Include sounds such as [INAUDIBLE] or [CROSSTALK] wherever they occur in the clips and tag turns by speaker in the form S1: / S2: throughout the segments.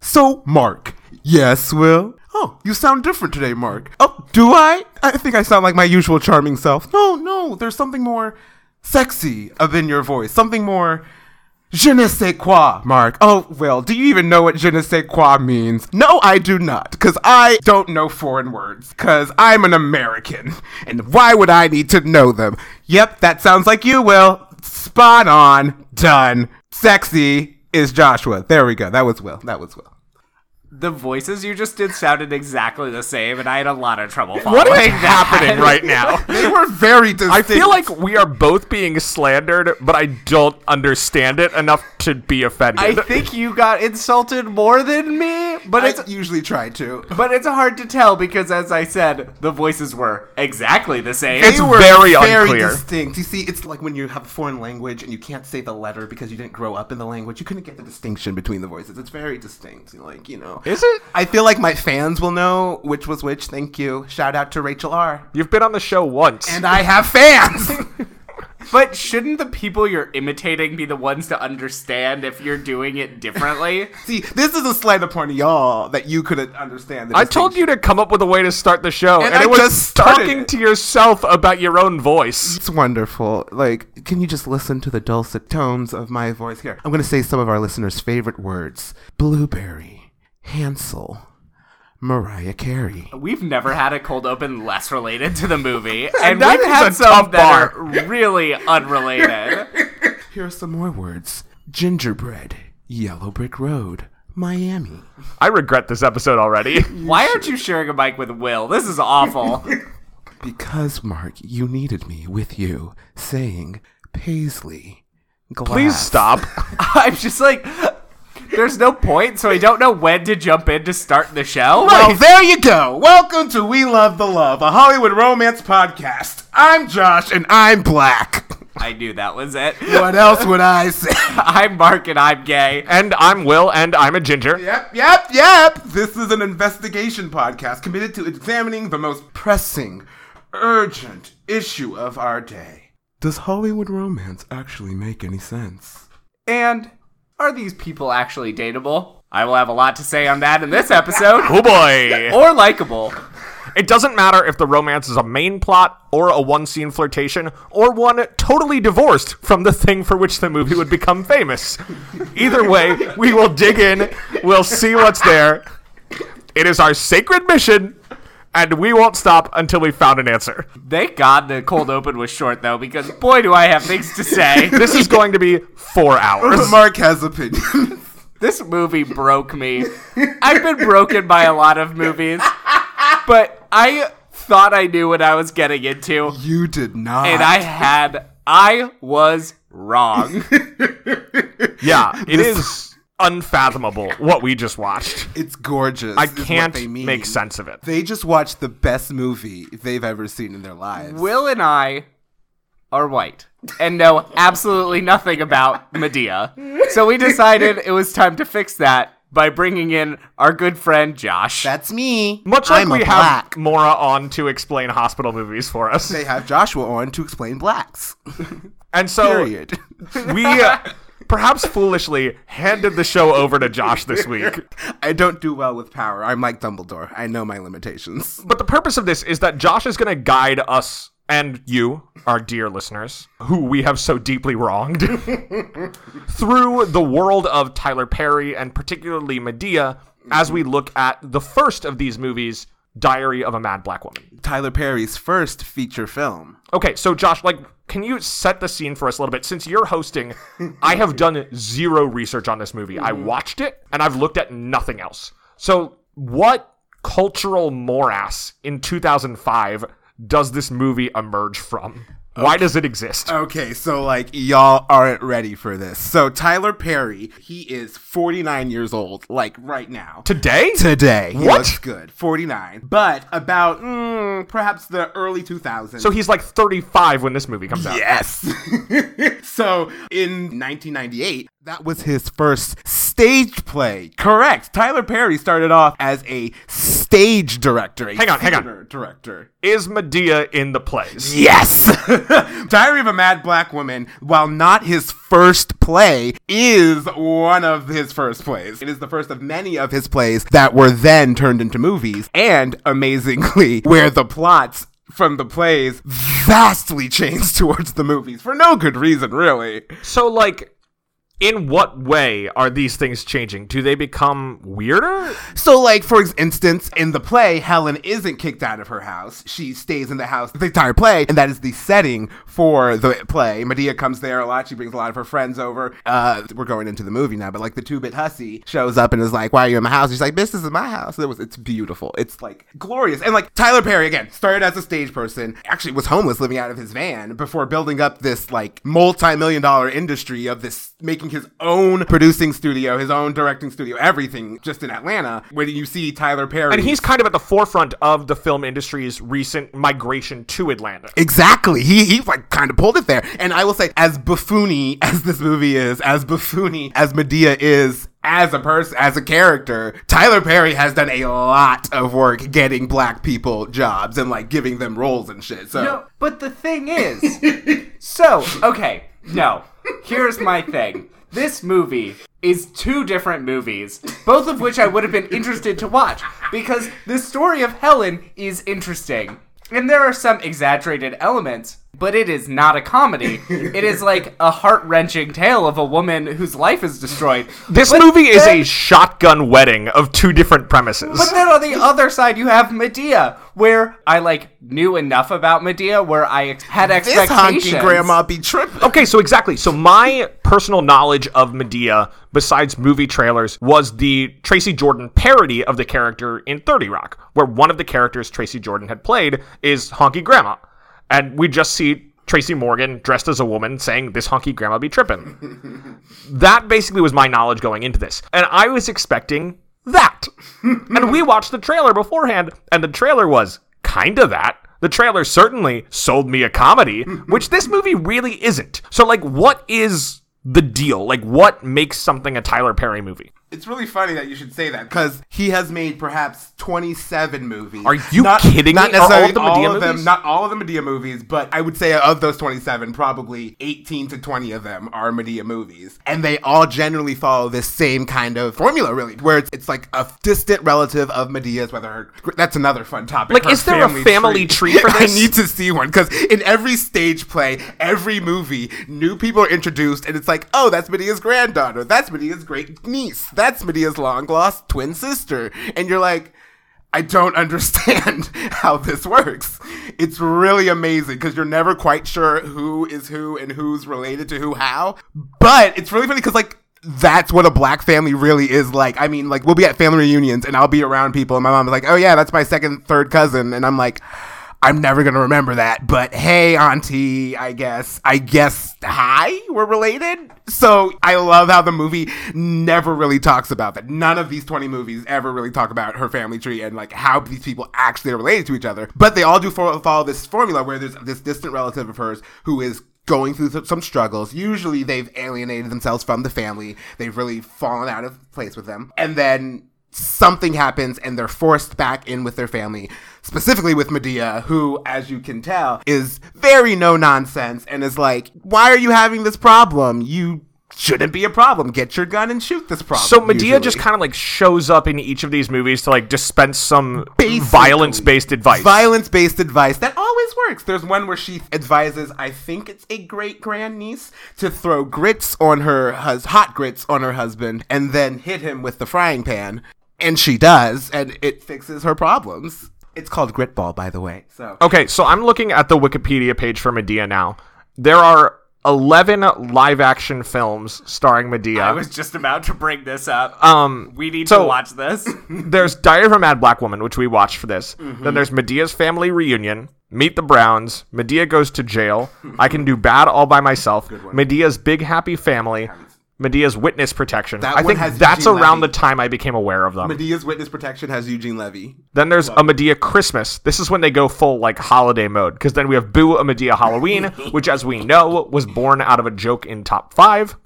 S1: So, Mark. Yes, Will? Oh, you sound different today, Mark. Oh, do I? I think I sound like my usual charming self. No, no, there's something more sexy of in your voice. Something more je ne sais quoi, Mark. Oh, Will, do you even know what je ne sais quoi means? No, I do not, because I don't know foreign words, because I'm an American. And why would I need to know them? Yep, that sounds like you, Will. Spot on. Done. Sexy is Joshua. There we go. That was Will. That was Will.
S2: The voices you just did sounded exactly the same, and I had a lot of trouble following.
S3: What is
S2: that.
S3: happening right now?
S1: They were very distinct.
S3: I feel like we are both being slandered, but I don't understand it enough to be offended.
S2: I think you got insulted more than me, but it's
S1: I usually try to.
S2: but it's hard to tell because, as I said, the voices were exactly the same.
S3: It's-
S1: They were
S3: very
S1: very
S3: unclear.
S1: distinct. You see, it's like when you have a foreign language and you can't say the letter because you didn't grow up in the language. You couldn't get the distinction between the voices. It's very distinct. Like you know,
S3: Is it?
S1: I feel like my fans will know which was which. Thank you. Shout out to Rachel R.
S3: You've been on the show once.
S1: And I have fans. [LAUGHS]
S2: but shouldn't the people you're imitating be the ones to understand if you're doing it differently?
S1: see, this is a slight upon y'all that you couldn't understand. The
S3: I told you to come up with a way to start the show,
S1: And
S3: and,
S1: I
S3: it was
S1: just started
S3: talking
S1: it.
S3: to yourself about your own voice.
S1: It's wonderful. Like, can you just listen to the dulcet tones of my voice here? I'm going to say some of our listeners' favorite words blueberry, Hansel, Mariah Carey.
S2: We've never had a cold open less related to the
S3: [LAUGHS]
S2: movie, and
S3: That
S2: we've
S3: is
S2: had
S3: a
S2: some
S3: tough
S2: that are really
S3: [LAUGHS]
S2: unrelated.
S1: Here are some more words gingerbread, yellow brick road, Miami.
S3: I regret this episode already.
S2: Why aren't you sharing a mic with Will? This is
S3: [LAUGHS]
S2: awful.
S1: Because, Mark, you needed me with you, saying Paisley. Glass.
S3: Please stop.
S2: [LAUGHS] I'm just like, there's no point, so I don't know when to jump in to start the show.
S1: Well, there you go. Welcome to We Love the Love, a Hollywood romance podcast. I'm Josh and I'm black.
S2: I knew that was it.
S1: What else would I say?
S2: [LAUGHS] I'm Mark and I'm gay.
S3: and I'm Will, and I'm a ginger.
S1: Yep, yep, yep. This is an investigation podcast committed to examining the most pressing, urgent issue of our day. Does Hollywood romance actually make any sense?
S2: And are these people actually dateable? I will have a lot to say on that in this episode.
S3: Oh boy.
S2: Or likable.
S3: It doesn't matter if the romance is a main plot or a one scene flirtation or one totally divorced from the thing for which the movie would become famous. Either way, we will dig in, we'll see what's there. It is our sacred mission, and we won't stop until we've found an answer.
S2: Thank God the cold open was short though, because boy do I have things to say.
S3: This is going to be
S1: [LAUGHS]
S3: four hours.
S1: Mark has opinions.
S2: This movie broke me. I've been broken by a lot of movies, but I thought I knew what I was getting into,
S1: [LAUGHS] you did not.
S2: and I had. I was wrong.
S3: Yeah, it is unfathomable what we just watched.
S1: It's gorgeous.
S3: I
S1: is what
S3: can't
S1: they mean.
S3: make sense of it.
S1: They just watched the best movie they've ever seen in their lives.
S2: Will and I are white and know absolutely nothing about Medea. So we decided it was time to fix that by bringing in our good friend Josh.
S1: That's me.
S3: Much like
S1: I'm
S3: we
S1: a
S3: have
S1: black.
S3: Mora on to explain hospital movies for us.
S1: They have Joshua on to explain blacks.
S3: And so [LAUGHS]
S1: Period.
S3: we uh, perhaps foolishly handed the show over to Josh this week.
S1: I don't do well with power. I'm like Dumbledore. I know my limitations.
S3: But the purpose of this is that Josh is going to guide us and you, our dear listeners, who we have so deeply wronged, [LAUGHS] through the world of Tyler Perry and particularly Medea as we look at the first of these movies, Diary of a Mad Black Woman.
S1: Tyler Perry's first feature film.
S3: Okay, so Josh, like, can you set the scene for us a little bit? Since you're hosting, I have done zero research on this movie. I watched it and I've looked at nothing else. So, what cultural morass in 2005 does this movie emerge from? Why does it exist?
S1: Okay, so like y'all aren't ready for this. So Tyler Perry, he is 49 years old, like right now.
S3: Today?
S1: Today, he
S3: What?
S1: looks good, 49. But about mm, perhaps the early 2000s.
S3: So he's like 35 when this movie comes
S1: [LAUGHS]
S3: out.
S1: yes. so in 1998, that was his first stage play. Correct. Tyler Perry started off as a stage director. a
S3: Hang on, hang on.
S1: theater Director.
S3: Is Medea in the plays?
S1: Yes! [LAUGHS] Diary of a Mad Black Woman, while not his first play, is one of his first plays. It is the first of many of his plays that were then turned into movies, and amazingly, [LAUGHS] where the plots from the plays vastly [LAUGHS] changed towards the movies for no good reason, really.
S3: So, like, in what way are these things changing? Do they become weirder?
S1: So, like, for instance, in the play, Helen isn't kicked out of her house. She stays in the house the entire play, and that is the setting for the play. Medea comes there a lot. She brings a lot of her friends over. Uh, we're going into the movie now, but like the two bit hussy shows up and is like, Why are you in my house? She's like, Bitch, this is my house. It was, it's beautiful. It's like glorious. And like Tyler Perry, again, started as a stage person, actually was homeless living out of his van before building up this like multi million dollar industry of this making his own producing studio, his own directing studio, everything just in Atlanta. When you see Tyler Perry,
S3: And he's kind of at the forefront of the film industry's recent migration to Atlanta.
S1: Exactly. He he like kind of pulled it there. And I will say, as buffoony as this movie is, as buffoony as Medea is as a person, as a character, Tyler Perry has done a lot of work getting black people jobs and like giving them roles and shit. So
S2: No, but the
S1: [LAUGHS]
S2: thing is, so okay, no. Here's my thing. This movie is two different movies, both of which I would have been interested to watch because the story of Helen is interesting. And there are some exaggerated elements, but it is not a comedy. It is like a heart wrenching tale of a woman whose life is destroyed.
S3: This
S2: But
S3: movie is
S2: then-
S3: a shotgun wedding of two different premises.
S2: But then on the other side, you have Medea, where I like knew enough about Medea, where I ex- had
S1: this
S2: expectations.
S1: honky grandma be tripping.
S3: Okay, so exactly. So my personal knowledge of Medea, besides movie trailers, was the Tracy Jordan parody of the character in 30 Rock, where one of the characters Tracy Jordan had played is Honky Grandma. And we just see Tracy Morgan dressed as a woman saying, This honky grandma be trippin'. that basically was my knowledge going into this. And I was expecting
S1: [LAUGHS]
S3: that. and we watched the trailer beforehand, and the trailer was kinda that. The trailer certainly sold me
S1: [LAUGHS]
S3: a comedy, which this movie really isn't. So, like, what is the deal? Like, what makes something a Tyler Perry movie?
S1: It's really funny that you should say that because he has made perhaps 27 movies.
S3: Are you kidding
S1: Not
S3: me? Are
S1: necessarily
S3: all of them Medea
S1: all of them,
S3: movies?
S1: not all of the Medea movies, but I would say of those 27, probably 18 to 20 of them are Medea movies. And they all generally follow this same kind of formula, really, where it's, it's like a distant relative of Medea's, whether her. That's another fun topic.
S3: Like,
S1: her
S3: is there a family tree for
S1: [LAUGHS] I
S3: this?
S1: need to see one because in every stage play, every movie, new people are introduced, and it's like, oh, that's Medea's granddaughter, that's Medea's great niece, that's Medea's long lost twin sister, and you're like. I don't [LAUGHS] understand how this works. It's really amazing because you're never quite sure who is who and who's related to who how. But it's really funny because, like, that's what a black family really is like. I mean, like, we'll be at family reunions and I'll be around people, and my mom's like, oh, yeah, that's my second, third cousin. And I'm like, I'm never gonna remember that, but hey, auntie, I guess, I guess, hi, we're related. So I love how the movie never really talks about that. None of these 20 movies ever really talk about her family tree and like how these people actually are related to each other. But they all do fo- follow this formula where there's this distant relative of hers who is going through th- some struggles. Usually they've alienated themselves from the family, they've really fallen out of place with them. And then something happens and they're forced back in with their family, specifically with Medea, who, as you can tell, is very no nonsense and is like, Why are you having this problem? You shouldn't be a problem. Get your gun and shoot this problem.
S3: So Medea
S1: usually.
S3: just kind of like shows up in each of these movies to like dispense some
S1: Basically.
S3: violence-based advice.
S1: Violence based advice that always works. There's one where she advises, I think it's a great grandniece, to throw grits on her hus- hot grits on her husband and then hit him with the frying pan. And she does, and it fixes her problems. It's called grit ball, by the way. So oh,
S3: Okay, so I'm looking at the Wikipedia page for Medea now. There are 11 live action films starring Medea.
S2: I was just about to bring this up.
S3: um,
S2: we need
S3: so-
S2: to watch this.
S3: [LAUGHS] there's Diary of a Mad Black Woman, which we watched for this.
S1: Mm-hmm.
S3: Then there's Medea's Family Reunion, Meet the Browns, Medea Goes to Jail, I Can Do Bad All By Myself, Medea's Big Happy Family, Medea's Witness Protection.
S1: That
S3: I
S1: one
S3: think
S1: has
S3: that's
S1: Eugene
S3: around
S1: Levy.
S3: the time I became aware of them.
S1: Medea's witness protection has Eugene Levy.
S3: Then there's a Medea Christmas. This is when they go full like holiday mode because then we have [LAUGHS] [LAUGHS] Boo a Medea Halloween, which as we know was born out of a joke in Top Five.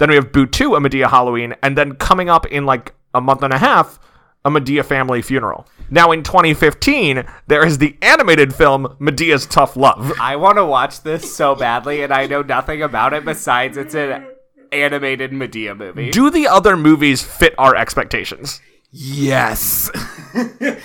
S3: Then we have Boot 2, A Medea Halloween, and then coming up in like a month and a half, A Medea Family Funeral. Now in 2015, there is the animated film Medea's Tough Love.
S2: I want to watch this so badly, and I know nothing about it besides it's an animated Medea movie.
S3: Do the other movies fit our expectations?
S1: Yes. [LAUGHS]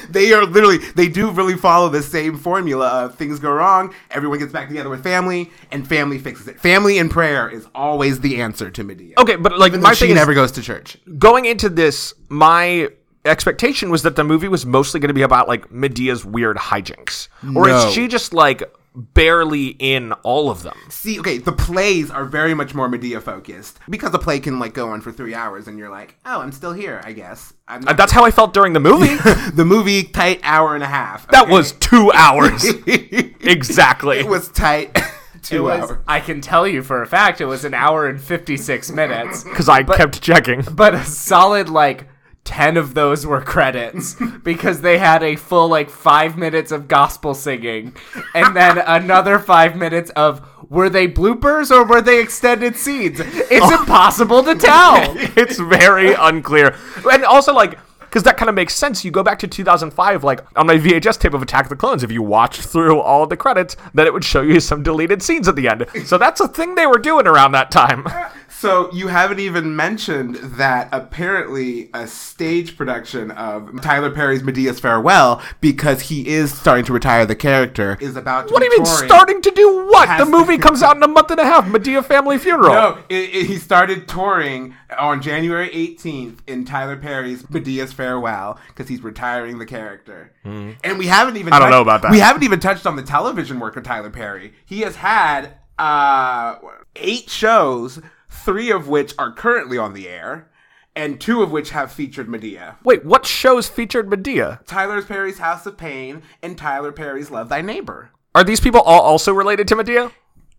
S1: they are literally, they do really follow the same formula of things go wrong, everyone gets back together with family, and family fixes it. Family and prayer is always the answer to Medea.
S3: Okay, but like
S1: Even though
S3: my
S1: she
S3: thing is
S1: never goes to church.
S3: going into this, my expectation was that the movie was mostly going to be about like Medea's weird hijinks, or
S1: No.
S3: is she just like barely in all of them?
S1: See, okay, the plays are very much more Medea focused because a play can like go on for three hours and you're like, oh, I'm still here, I guess. I'm
S3: And
S1: not-
S3: that's how I felt during the movie.
S1: the movie tight hour and a half.
S3: [LAUGHS] That was two hours
S1: [LAUGHS] it
S3: [LAUGHS] exactly.
S1: was tight. [LAUGHS] Two
S2: It was-
S1: hours.
S2: I can tell you for a fact it was an hour and 56 minutes.
S3: Because I kept checking. [LAUGHS]
S2: but a solid like 10 of those were credits because they had a full like 5 minutes of gospel singing and then another 5 minutes of were they bloopers or were they extended scenes it's impossible to
S3: [LAUGHS]
S2: tell
S3: it's very unclear. And also, like, because that kind of makes sense. You go back to 2005, like, on my VHS tape of Attack of the Clones, if you watched through all the credits, then it would show you some deleted scenes at the end. So that's a thing they were doing around that time. [LAUGHS]
S1: So you haven't even mentioned that apparently a stage production of Tyler Perry's Medea's Farewell, because he is starting to retire the character, is about to
S3: What do
S1: be
S3: you mean
S1: touring.
S3: starting to do what? The
S1: Has-
S3: movie comes out in a month and a half, Medea Family Funeral.
S1: No, it, it, he started touring on January 18th in Tyler Perry's Medea's Farewell because he's retiring the character. And we haven't even
S3: Mm-hmm. I don't
S1: touched-
S3: know about that.
S1: We haven't even touched on the television work of Tyler Perry. He has had uh, eight shows, three of which are currently on the air, and two of which have featured Medea.
S3: Wait, what shows featured Medea?
S1: Tyler Perry's House of Pain and Tyler Perry's Love Thy Neighbor.
S3: Are these people all also related to Medea?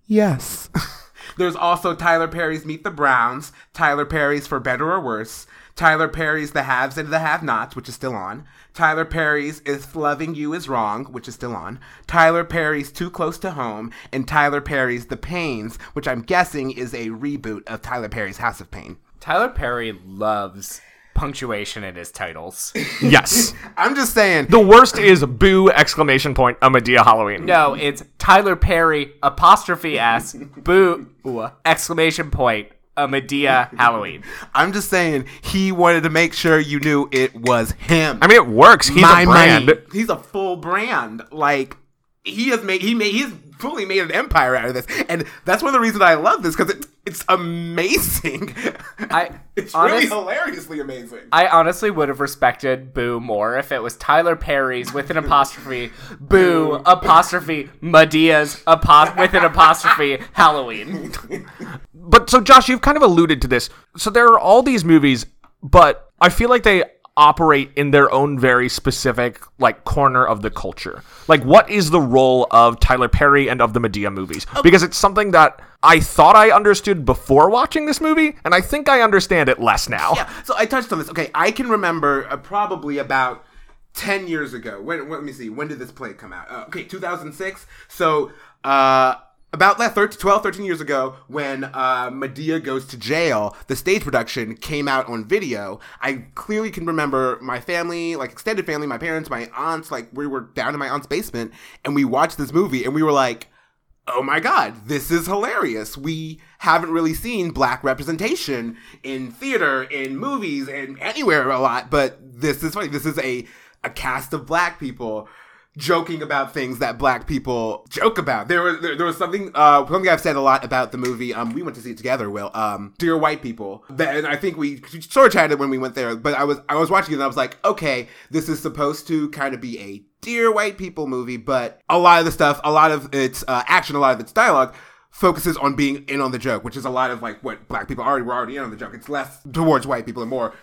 S1: Yes. [LAUGHS] There's also Tyler Perry's Meet the Browns, Tyler Perry's For Better or Worse, Tyler Perry's The Haves and the Have Nots, which is still on, Tyler Perry's If Loving You Is Wrong, which is still on, Tyler Perry's Too Close to Home, and Tyler Perry's The Pains, which I'm guessing is a reboot of Tyler Perry's House of Pain.
S2: tyler perry loves punctuation in his titles
S3: Yes.
S1: I'm just saying.
S3: the worst is boo exclamation point a Medea Halloween.
S2: no it's tyler perry apostrophe s boo exclamation point a medea halloween
S1: I'm just saying he wanted to make sure you knew it was him.
S3: I mean, it works. He's a brand.
S1: money. He's a full brand. Like he has made he made he's fully made an empire out of this, and that's one of the reasons I love this because it, it's amazing.
S2: I-
S1: [LAUGHS] it's really
S2: honest-
S1: hilariously amazing.
S2: I honestly would have respected Boo more if it was Tyler Perry's with an apostrophe, Boo apostrophe Medea's apost with an apostrophe Halloween.
S3: But so, Josh, you've kind of alluded to this. So there are all these movies, but I feel like they operate in their own very specific like corner of the culture. Like, what is the role of Tyler Perry and of the Medea movies?
S1: Oh.
S3: Because it's something that I thought I understood before watching this movie, and I think I understand it less now.
S1: yeah, so I touched on this. Okay, I can remember uh, probably about ten years ago. When, when- let me see, when did this play come out? Uh, okay, 2006. So uh, about like 13, 12, 13 years ago, when uh, Medea goes to jail, the stage production came out on video. I clearly can remember my family, like extended family, my parents, my aunts. Like we were down in my aunt's basement, and we watched this movie, and we were like oh my god, this is hilarious. We haven't really seen black representation in theater, in movies, and anywhere a lot, but this is funny. This is a, a cast of black people joking about things that black people joke about. There was there, there was something uh something I've said a lot about the movie. Um we went to see it together, Will. Um Dear White People. That and I think we sort of chatted when we went there, but I was I was watching it and I was like, okay, this is supposed to kind of be a dear white people movie, but a lot of the stuff, a lot of its uh, action, a lot of its dialogue focuses on being in on the joke, which is a lot of like what black people already were already in on the joke. It's less towards white people and more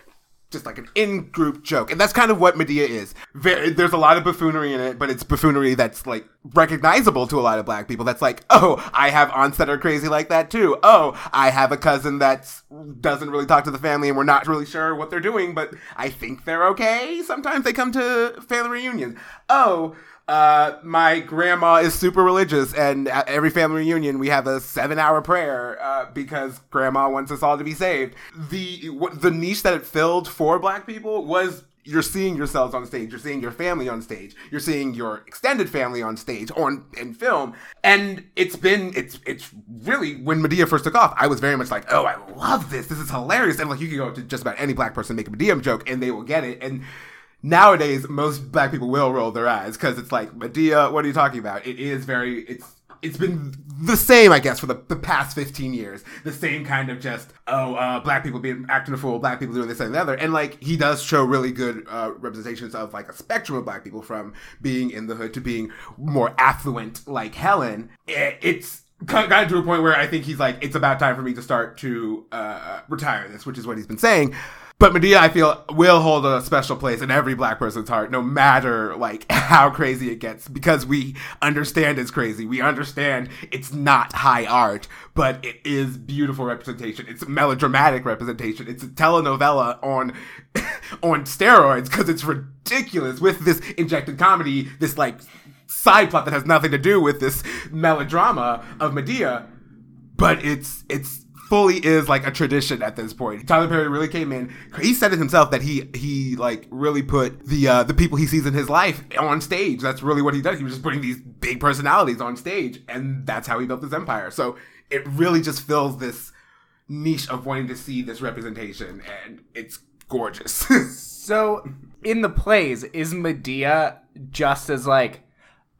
S1: just like an in-group joke, and that's kind of what Medea is. Very, there's a lot of buffoonery in it, but it's buffoonery that's like recognizable to a lot of black people. That's like, oh, I have aunts that are crazy like that too. Oh, I have a cousin that doesn't really talk to the family and we're not really sure what they're doing, but I think they're okay. Sometimes they come to family reunions. Oh, uh, my grandma is super religious, and at every family reunion we have a seven-hour prayer uh, because grandma wants us all to be saved. The w- the niche that it filled for black people was you're seeing yourselves on stage, you're seeing your family on stage, you're seeing your extended family on stage or in, in film, and it's been it's it's really when Medea first took off, I was very much like, oh, I love this, this is hilarious, and like you could go to just about any black person make a Medea joke and they will get it, and nowadays most black people will roll their eyes because it's like medea what are you talking about it is very it's it's been the same i guess for the, the past 15 years the same kind of just oh uh, black people being acting a fool black people doing this that, and the other and like he does show really good uh, representations of like a spectrum of black people from being in the hood to being more affluent like helen It- it's gotten to a point where i think he's like it's about time for me to start to uh, retire this which is what he's been saying but Medea, I feel, will hold a special place in every black person's heart, no matter like [LAUGHS] how crazy it gets, because we understand it's crazy. We understand it's not high art, but it is beautiful representation. It's melodramatic representation. It's a telenovela on [LAUGHS] on steroids because it's ridiculous with this injected comedy, this like side plot that has nothing to do with this melodrama of Medea but it's it's fully is like a tradition at this point. Tyler Perry really came in. He said it himself that he he like really put the uh, the people he sees in his life on stage. That's really what he does. He was just putting these big personalities on stage, and that's how he built his empire. So it really just fills this niche of wanting to see this representation, and it's gorgeous. [LAUGHS]
S2: So in the plays, is Medea just as like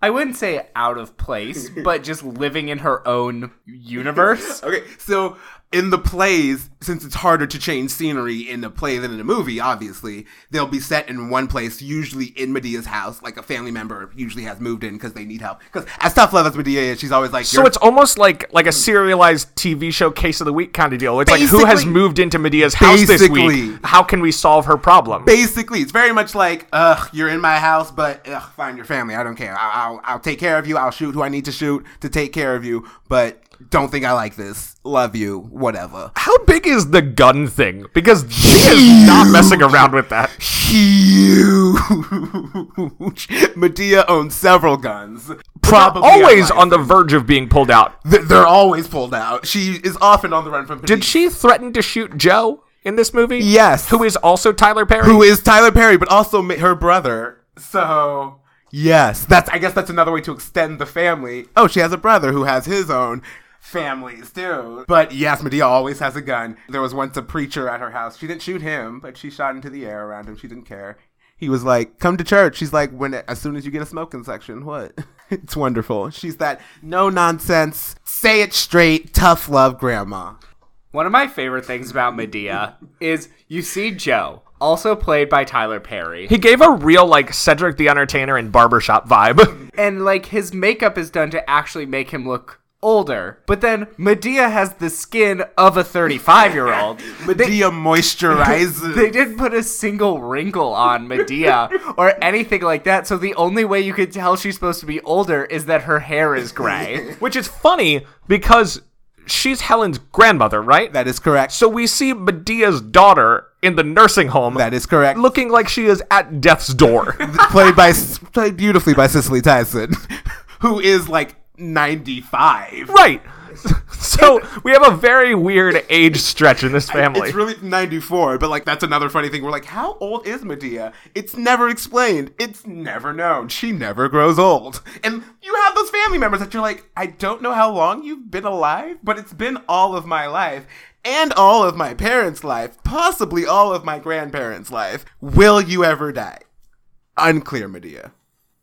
S2: I wouldn't say out of place, but just living in her own universe?
S1: Okay, so in the plays, since it's harder to change scenery in a play than in a movie, obviously, they'll be set in one place, usually in Medea's house. Like a family member usually has moved in because they need help. Because as tough love as Medea is, she's always like,
S3: So
S1: "You're-
S3: it's almost like like a serialized TV show case of the week kind of deal. It's like who has
S1: Basically-
S3: moved into Medea's house this
S1: Basically.
S3: week? How can we solve her problem?
S1: basically, it's very much like, ugh, you're in my house, but ugh, find your family. I don't care. I- I'll, I'll take care of you. I'll shoot who I need to shoot to take care of you, but don't think I like this. Love you. Whatever.
S3: How big is the gun thing? Because she is not messing around with that.
S1: huge. [LAUGHS] Medea owns several guns. Probably
S3: always
S1: unlicensed.
S3: on the verge of being pulled out.
S1: Th- They're always pulled out. She is often on the run from.
S3: Did she threaten to shoot Joe in this movie?
S1: Yes.
S3: Who is also Tyler Perry?
S1: Who is Tyler Perry, but also ma- her brother. So yes, that's. I guess that's another way to extend the family. Oh, she has a brother who has his own. Families too, but yes, Medea always has a gun. There was once a preacher at her house. She didn't shoot him, but she shot into the air around him. She didn't care. He was like, "Come to church." She's like, "When as soon as you get a smoking section, what?" [LAUGHS] it's wonderful. She's that no nonsense, say it straight, tough love grandma.
S2: One of my favorite things about Medea is you see Joe, also played by Tyler Perry.
S3: he gave a real like Cedric the Entertainer and barbershop vibe. [LAUGHS]
S2: and like his makeup is done to actually make him look older. But then Medea has the skin of a 35 year old.
S1: Medea moisturizes.
S2: They didn't put a single wrinkle on Medea or anything like that. So the only way you could tell she's supposed to be older is that her hair is gray.
S3: Which is funny because she's Helen's grandmother, right?
S1: that is correct.
S3: So we see Medea's daughter in the nursing home
S1: that is correct.
S3: looking like she is at
S1: [LAUGHS]
S3: death's door.
S1: played by played beautifully by Cicely Tyson, [LAUGHS] who is like ninety five.
S3: right. [LAUGHS] So we have a very weird age stretch in this family.
S1: It's really 94, but like that's another funny thing. We're like, how old is Medea? It's never explained. It's never known. She never grows old. And you have those family members that you're like, I don't know how long you've been alive, but it's been all of my life and all of my parents' life, possibly all of my grandparents' life. Will you ever die? Unclear, Medea.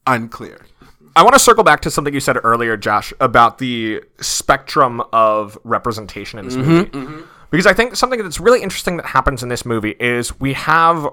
S1: Unclear.
S3: I want to circle back to something you said earlier, Josh, about the spectrum of representation in this movie. Because I think something that's really interesting that happens in this movie is we have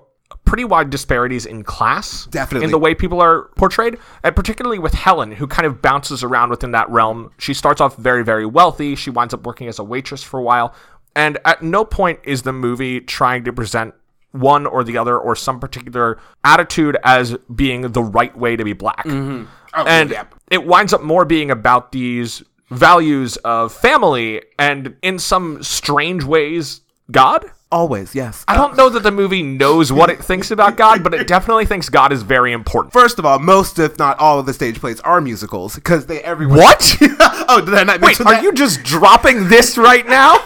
S3: pretty wide disparities in class.
S1: Definitely.
S3: In the way people are portrayed, and particularly with Helen, who kind of bounces around within that realm. She starts off very, very wealthy. She winds up working as a waitress for a while. And at no point is the movie trying to present one or the other or some particular attitude as being the right way to be black.
S1: Oh,
S3: And
S1: yep.
S3: it winds up more being about these values of family and in some strange ways God.
S1: Always, yes.
S3: I don't know that the movie knows what it thinks about God, but it definitely thinks God is very important.
S1: First of all, most if not all of the stage plays are musicals because they everyone.
S3: [LAUGHS] What?
S1: [LAUGHS] oh, did I not
S3: Wait,
S1: mention
S3: are
S1: that?
S3: you just dropping this right now?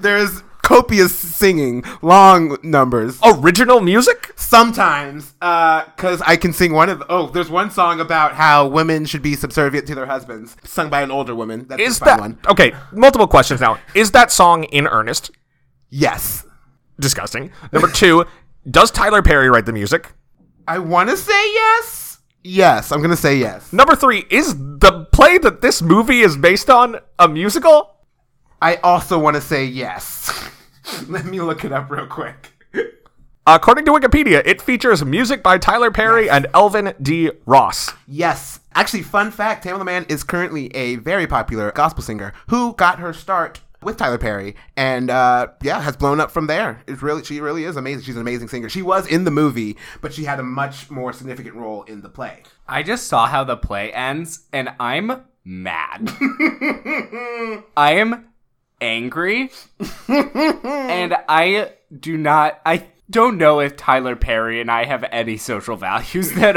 S1: There's copious singing, long numbers.
S3: Oh. Original music?
S1: Sometimes, because I can sing one of. Oh, there's one song about how women should be subservient to their husbands, sung by an older woman. That's
S3: Is
S1: a fun
S3: that
S1: one?
S3: okay? Multiple questions now. Is that song in earnest?
S1: Yes,
S3: Disgusting. Number two, does Tyler Perry write the music?
S1: I want to say yes. Yes, I'm gonna say yes.
S3: Number three, is the play that this movie is based on a musical?
S1: I also want to say yes. [LAUGHS] Let me look it up real quick.
S3: According to Wikipedia, it features music by Tyler Perry and Elvin D. Ross.
S1: Yes. Actually, fun fact Tamela Mann is currently a very popular gospel singer who got her start with Tyler Perry and uh, yeah, has blown up from there. It's really she really is amazing. She's an amazing singer. She was in the movie, but she had a much more significant role in the play. [LAUGHS]
S2: I just saw how the play ends and I'm mad. I am angry and I do not I don't know if Tyler Perry and I have any social values [LAUGHS] that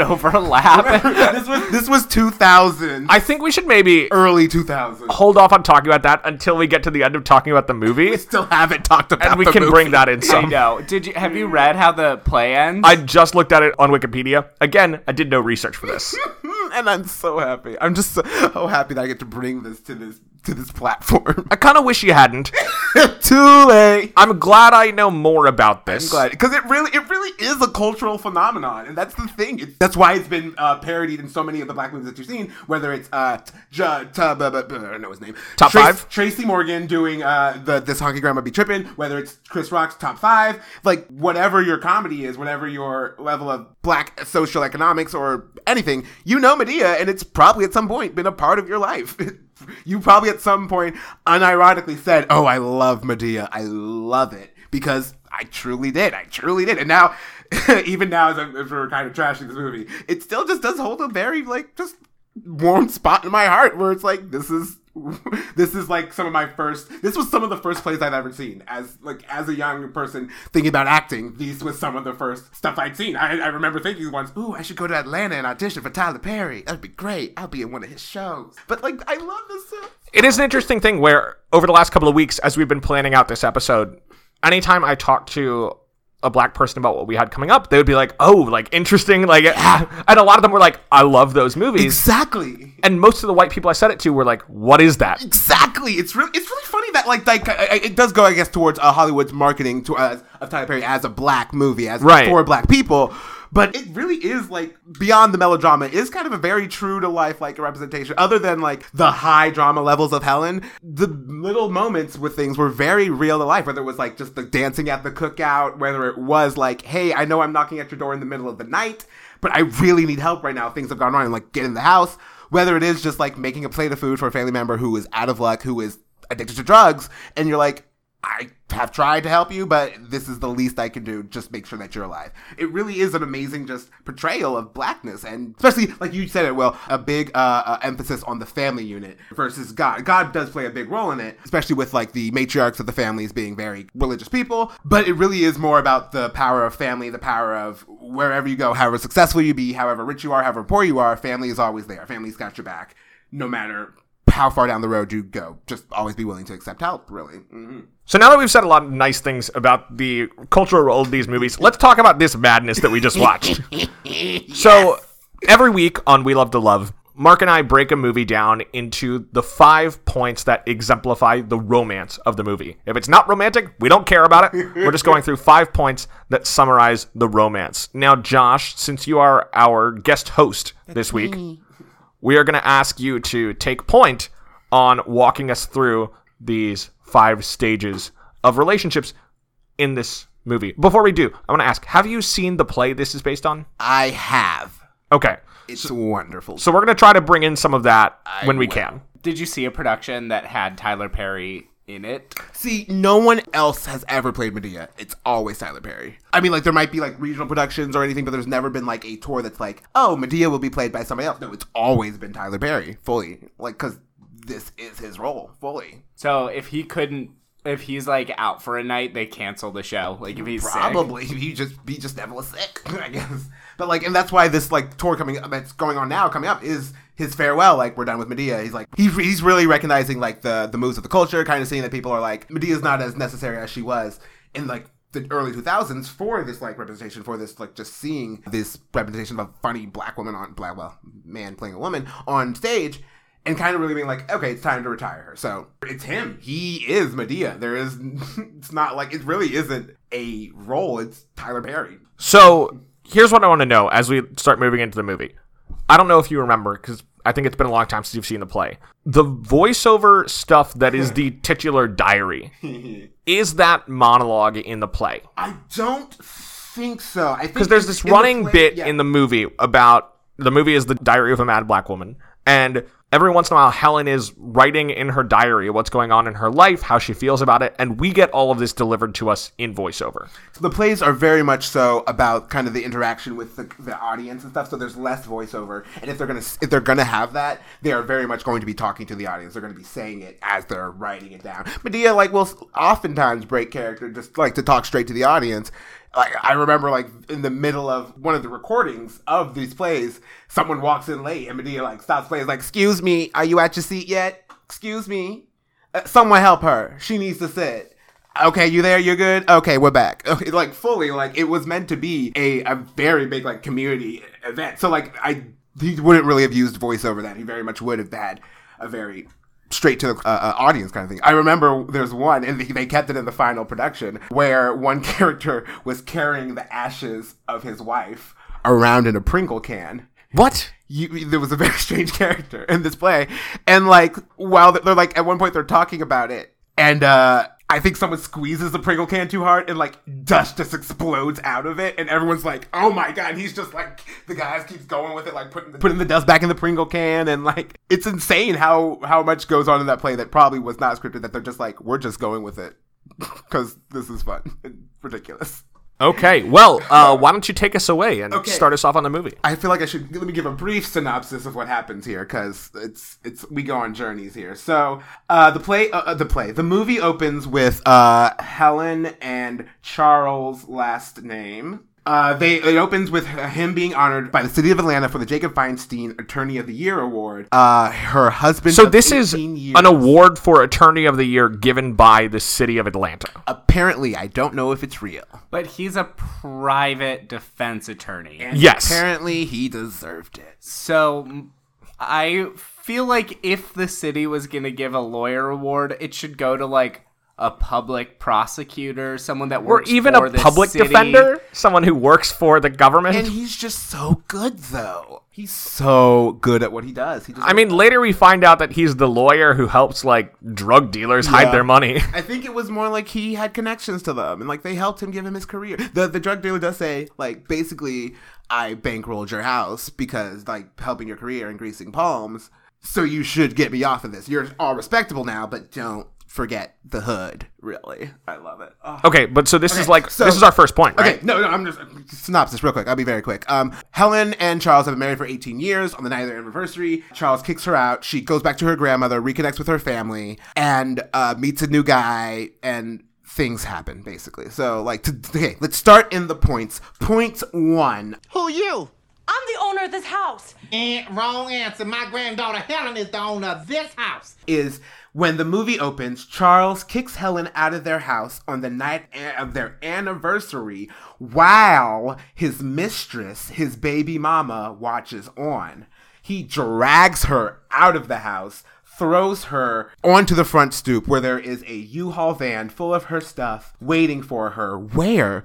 S1: [LAUGHS]
S2: overlap.
S1: this was this was 2000,
S3: I think we should maybe
S1: early 2000.
S3: hold off on talking about that until we get to the end of talking about the movie,
S1: Still haven't talked about
S3: and we
S1: the
S3: can
S1: movie.
S3: bring
S1: [LAUGHS]
S3: that in
S2: I
S3: some.
S2: know. Did you have you read how the play ends?
S3: I just looked at it on Wikipedia. Again, I did no research for this.
S1: [LAUGHS] and I'm so happy. I'm just so, so happy that I get to bring this to this to this platform.
S3: I kind of wish you hadn't.
S1: [LAUGHS] Too late.
S3: I'm glad I know more about this.
S1: because it really it really is a cultural phenomenon and that's the thing It- that's why it's been uh, parodied in so many of the black movies that you've seen whether it's uh J- ta- bu- bu- bu- I don't know his name
S3: Top
S1: Trace-
S3: five?
S1: Tracy Morgan doing uh the this honky grandma be tripping whether it's Chris Rock's top five like whatever your comedy is whatever your level of black social economics or anything you know Medea and it's probably at some point been a part of your life. [LAUGHS] You probably at some point unironically said, Oh, I love Medea. I love it because I truly did. I truly did. And now, [LAUGHS] even now, as, I'm, as we're kind of trashing this movie, it still just does hold a very like just warm spot in my heart where it's like this is [LAUGHS] this is like some of my first this was some of the first plays i've ever seen as like as a young person thinking about acting these was some of the first stuff i'd seen i, I remember thinking once ooh i should go to atlanta and audition for tyler perry that'd be great i'll be in one of his shows but like i love this stuff
S3: It is an interesting thing where over the last couple of weeks, as we've been planning out this episode, anytime I talk to a black person about what we had coming up, they would be like, "Oh, like interesting," like, [LAUGHS] and a lot of them were like, "I love those movies."
S1: exactly
S3: And most of the white people I said it to were like, "What is that?"
S1: Exactly. It's really it's really funny that like like I- I- it does go I guess towards uh, Hollywood's marketing to us of Tyler Perry as a black movie as
S3: Right.
S1: for black people. But it really is like beyond the melodrama it is kind of a very true to life like representation. Other than like the high drama levels of Helen, the little moments with things were very real to life. Whether it was like just the dancing at the cookout, whether it was like, hey, I know I'm knocking at your door in the middle of the night, but I really need help right now. Things have gone wrong. Like get in the house whether it is just like making a plate of food for a family member who is out of luck, who is addicted to drugs, and you're like, I have tried to help you, but this is the least I can do. Just make sure that you're alive. It really is an amazing just portrayal of blackness, and especially like you said it well, a big uh, uh, emphasis on the family unit versus God. God does play a big role in it, especially with like the matriarchs of the families being very religious people. But it really is more about the power of family, the power of wherever you go, however successful you be, however rich you are, however poor you are, family is always there. Family's got your back, no matter how far down the road you go. Just always be willing to accept help, really. hmm
S3: So now that we've said a lot of nice things about the cultural role of these movies, let's talk about this madness that we just watched. So every week on We Love to Love, Mark and I break a movie down into the five points that exemplify the romance of the movie. If it's not romantic, we don't care about it. We're just going through five points that summarize the romance. Now, Josh, since you are our guest host this week, we are going to ask you to take point on walking us through these five stages of relationships in this movie. Before we do, I want to ask have you seen the play this is based on?
S1: I have.
S3: Okay.
S1: It's wonderful.
S3: So we're going to try to bring in some of that when we can.
S2: Did you see a production that had Tyler Perry in it.
S1: See, no one else has ever played Medea. It's always Tyler Perry. I mean, like there might be like regional productions or anything, but there's never been like a tour that's like, oh, Medea will be played by somebody else. No, it's always been Tyler Perry fully, like because this is his role fully.
S2: So if he couldn't, if he's like out for a night, they cancel the show. Like if he's sick.
S1: Probably [LAUGHS] he just he just never was sick, [LAUGHS] I guess. But like, and that's why this like tour coming up that's going on now coming up is his farewell. Like we're done with Medea. He's like he, he's really recognizing like the the moves of the culture, kind of seeing that people are like Medea's not as necessary as she was in like the early 2000s for this like representation for this like just seeing this representation of a funny black woman on black well man playing a woman on stage and kind of really being like, okay, it's time to retire her. So it's him. He is Medea. There is, [LAUGHS] it's not like, it really isn't a role. It's Tyler Perry.
S3: So here's what I want to know as we start moving into the movie. I don't know if you remember because I think it's been a long time since you've seen the play. The voiceover stuff that is the titular diary is that monologue in the play
S1: I don't think so. I think
S3: because there's this
S1: in the
S3: running
S1: play-
S3: bit
S1: yeah.
S3: in the movie about the movie is the diary of a mad black woman and every once in a while helen is writing in her diary what's going on in her life how she feels about it and we get all of this delivered to us in voiceover
S1: the plays are very much so about kind of the interaction with the, the audience and stuff. So there's less voiceover, and if they're gonna if they're gonna have that, they are very much going to be talking to the audience. They're gonna be saying it as they're writing it down. Medea like will oftentimes break character just like to talk straight to the audience. Like I remember like in the middle of one of the recordings of these plays, someone walks in late, and Medea like stops playing, is like, "Excuse me, are you at your seat yet? Excuse me, uh, someone help her. She needs to sit." okay, you there? You're good. Okay, we're back. [LAUGHS] Okay, like fully, like it was meant to be a a very big like community event. So like I he wouldn't really have used voiceover then. He very much would have had a very straight to the uh, uh, audience kind of thing. I remember there's one, and they- they kept it in the final production where one [LAUGHS] character was carrying the ashes of his wife around in a Pringle can
S3: what
S1: you, there was a very [LAUGHS] strange character in this play, and like while they're, they're, like at one point they're talking about it, and uh, I think someone squeezes the Pringle can too hard, and like dust just explodes out of it, and everyone's like, "Oh my god!" And he's just like the guys keeps going with it, like putting the, putting the dust back in the Pringle can, and like it's insane how how much goes on in that play that probably was not scripted. That they're just like, "We're just going with it [LAUGHS] because this is fun and ridiculous."
S3: okay well uh, why don't you take us away and
S1: Okay.
S3: start us off on the movie
S1: I feel like I should let me give a brief synopsis of what happens here because it's it's we go on journeys here. So uh, the play uh, uh, the play the movie opens with uh, Helen and Charles last name. Uh, they it opens with him being honored by the city of Atlanta for the Jacob Feinstein Attorney of the Year award. Uh, her husband.
S3: so
S1: of
S3: this is
S1: 18 years.
S3: an award for attorney of the year given by the city of atlanta
S1: Apparently, I don't know if it's real.
S2: But he's a private defense attorney.
S3: yes
S1: Apparently, he deserved it.
S2: So m- I feel like if the city was going to give a lawyer award, it should go to like a public prosecutor, someone that
S3: or
S2: works
S3: even
S2: for
S3: a
S2: the
S3: public
S2: city.
S3: defender someone who works for the government
S1: And he's just so good, though. He's so good at what he does. He just
S3: I mean, later we find out that he's the lawyer who helps like drug dealers
S1: Yeah.
S3: hide their money. [LAUGHS]
S1: I think it was more like he had connections to them and like they helped him give him his career. The the drug dealer does say like basically I bankrolled your house because like helping your career and greasing palms. So you should get me off of this. You're all respectable now, but don't forget the hood, really. I love it. Oh.
S3: Okay, but so this is
S1: Okay,
S3: like
S1: so-
S3: this is our first point, right?
S1: Okay, no, no, I'm just synopsis real quick. I'll be very quick. Um, Helen and Charles have been married for 18 years. On the night of their anniversary, Charles kicks her out. She goes back to her grandmother, reconnects with her family, and uh, meets a new guy. And things happen basically. So, like, to, okay, let's start in the points. Point one.
S4: Who you?
S5: I'm the owner of this house.
S4: Eh, wrong answer. My granddaughter Helen is the owner of this house.
S1: is when the movie opens, Charles kicks Helen out of their house on the night a- of their anniversary while his mistress, his baby mama, watches on. He drags her out of the house, throws her onto the front stoop where there is a U Haul van full of her stuff waiting for her, where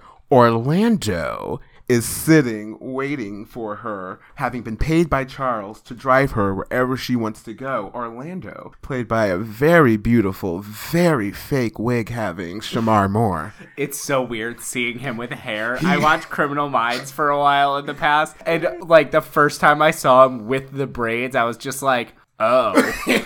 S1: Orlando is sitting waiting for her, having been paid by Charles to drive her wherever she wants to go. Orlando, played by a very beautiful, very fake wig having Shamar Moore.
S2: It's so weird seeing him with hair. I watched Criminal Minds for a while in the past, and like the first time I saw him with the braids, I was just like,
S1: [LAUGHS]
S2: Oh,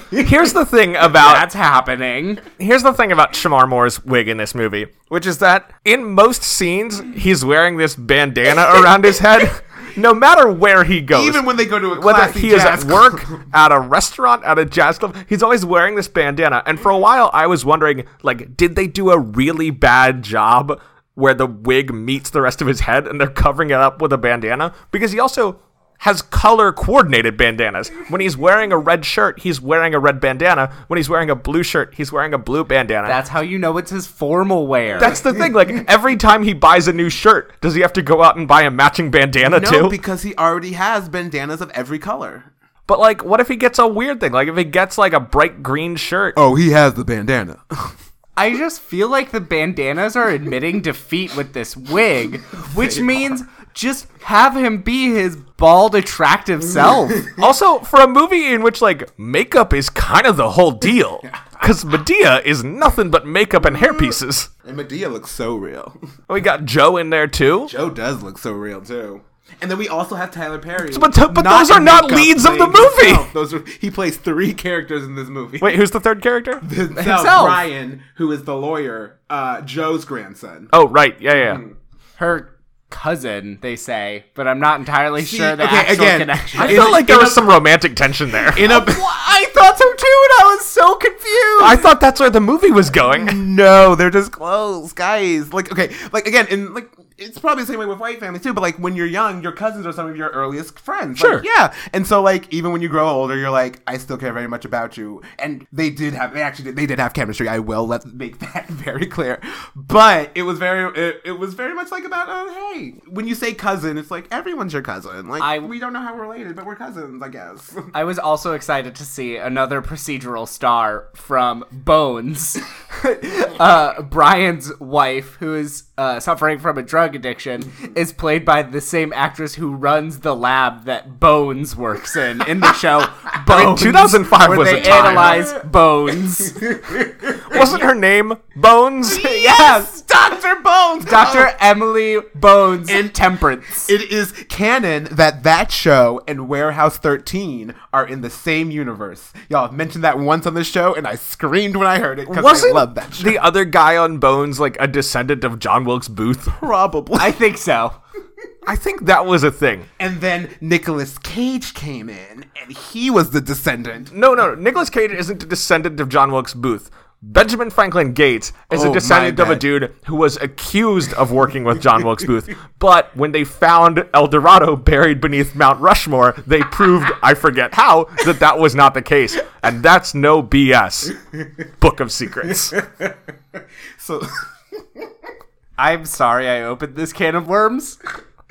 S3: Here's the thing about
S2: that's happening.
S3: here's the thing about Shamar Moore's wig in this movie, which is that in most scenes he's wearing this
S1: [LAUGHS]
S3: bandana around his head, no matter where he
S1: [LAUGHS]
S3: goes.
S1: Even when they go to a
S3: whether
S1: classy
S3: he is
S1: jazz
S3: at work,
S1: [LAUGHS]
S3: at a restaurant, at a jazz club, he's always wearing this bandana. And for a while, I was wondering, like, did they do a really bad job where the wig meets the rest of his head and they're covering it up with a bandana? Because he also has color coordinated bandanas. When he's wearing a red shirt, he's wearing a red bandana. When he's wearing a blue shirt, he's wearing a blue bandana.
S2: That's how you know it's his formal wear.
S3: That's the thing. Like every time he buys a new shirt, does he have to go out and buy a matching bandana
S1: No,
S3: too?
S1: because he already has bandanas of every color.
S3: But like, what if he gets a weird thing? Like, if he gets like a bright green shirt,
S1: Oh, he has the bandana. [LAUGHS]
S2: I just feel like the bandanas are admitting defeat with this wig, which means just have him be his bald, attractive self.
S1: [LAUGHS]
S3: Also, for a movie in which like makeup is kind of the
S1: [LAUGHS]
S3: whole deal, because Medea is nothing but makeup and hair pieces.
S1: and Medea looks so real. [LAUGHS]
S3: We got Joe in there too.
S1: Joe does look so real too. And then we also have Tyler Perry.
S3: But th- but those
S1: in
S3: are not
S1: makeup
S3: leads of the
S1: playing
S3: movie.
S1: himself. Those are, he plays three characters in this movie.
S3: Wait, who's the third character?
S1: himself,
S2: himself.
S1: Ryan, who is the lawyer, uh, Joe's grandson.
S3: Oh right, yeah yeah.
S1: Hmm.
S3: yeah.
S2: Her cousin, they say, but I'm not entirely sure the
S1: okay,
S2: actual
S1: again,
S2: connection.
S1: I
S3: I felt like there was some romantic tension
S1: [LAUGHS]
S3: there.
S1: In a,
S2: I thought so too, and I was so confused.
S3: [LAUGHS] I thought that's where the movie
S1: [LAUGHS]
S3: was going.
S1: no, they're just close guys. Like okay, like again, and like it's probably the same way with white families too. But like when you're young, your cousins are some of your earliest friends. Like,
S3: Sure.
S1: yeah, and so like even when you grow older, you're like, I still care very much about you. And they did have, they actually did, they did have chemistry. I will let make [LAUGHS] that very clear. But it was very, it, it was very much like about, oh hey, when you say cousin, it's like everyone's your cousin. Like
S2: I-
S1: we don't know how we're related, but we're cousins, I guess. [LAUGHS]
S2: I was also excited to see another procedural star from [LAUGHS] Bones, uh, Brian's wife, who is uh, suffering from a drug addiction, is played by the same actress who runs the lab that Bones works in in the [LAUGHS] show Bones.
S3: 2005
S2: where
S3: was
S2: they
S3: a time.
S2: analyze [LAUGHS] bones.
S3: Wasn't her name Bones? [LAUGHS]
S2: yes,
S1: Doctor Bones, Oh.
S2: Dr. Emily Bones and Temperance.
S1: It is canon that that show and Warehouse 13 are in the same universe. Y'all have mentioned that once on this show, and I screamed when I heard it because I
S3: Wasn't
S1: love that show.
S3: the other guy on Bones like a descendant of John Wilkes Booth?
S1: Probably.
S2: I think so.
S3: I think that was a thing.
S1: and then Nicolas Cage came in, and he was the descendant.
S3: No, no, Nicholas Cage isn't a descendant of John Wilkes Booth. Benjamin Franklin Gates is
S1: Oh, my
S3: a descendant of a
S1: bad.
S3: dude who was accused of working with John
S1: [LAUGHS]
S3: Wilkes Booth, but when they found El Dorado buried beneath Mount Rushmore, they proved, I forget how, that that was not the case. And that's no BS. Book of
S1: [LAUGHS]
S3: Secrets.
S1: So. [LAUGHS]
S2: I'm sorry I opened this can of worms.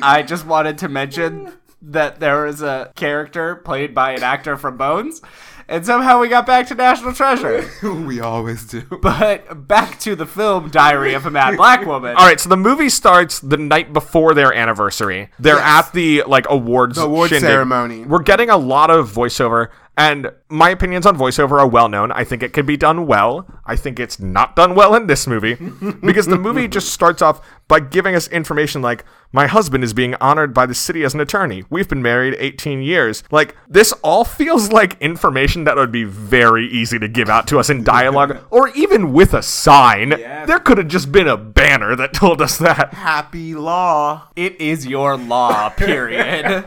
S2: I just wanted to mention that there was a character played by an actor from Bones, and somehow we got back to National Treasure.
S1: we always do.
S2: But back to the film Diary of a Mad Black Woman.
S3: All right, so the movie starts the night before their anniversary. They're
S1: Yes.
S3: at the like awards the
S1: award ceremony.
S3: We're getting a lot of voiceover, and my opinions on voiceover are well known. I think it can be done well. I think it's not done well in
S1: [LAUGHS]
S3: this movie because the movie just starts off by giving us information like my husband is being honored by the city as an attorney. We've been married 18 years. Like this all feels like information that would be very easy to give out to us in
S1: [LAUGHS]
S3: dialogue or even with a sign. There could have just been a banner that told us that.
S1: Happy Law.
S2: It is your law, period.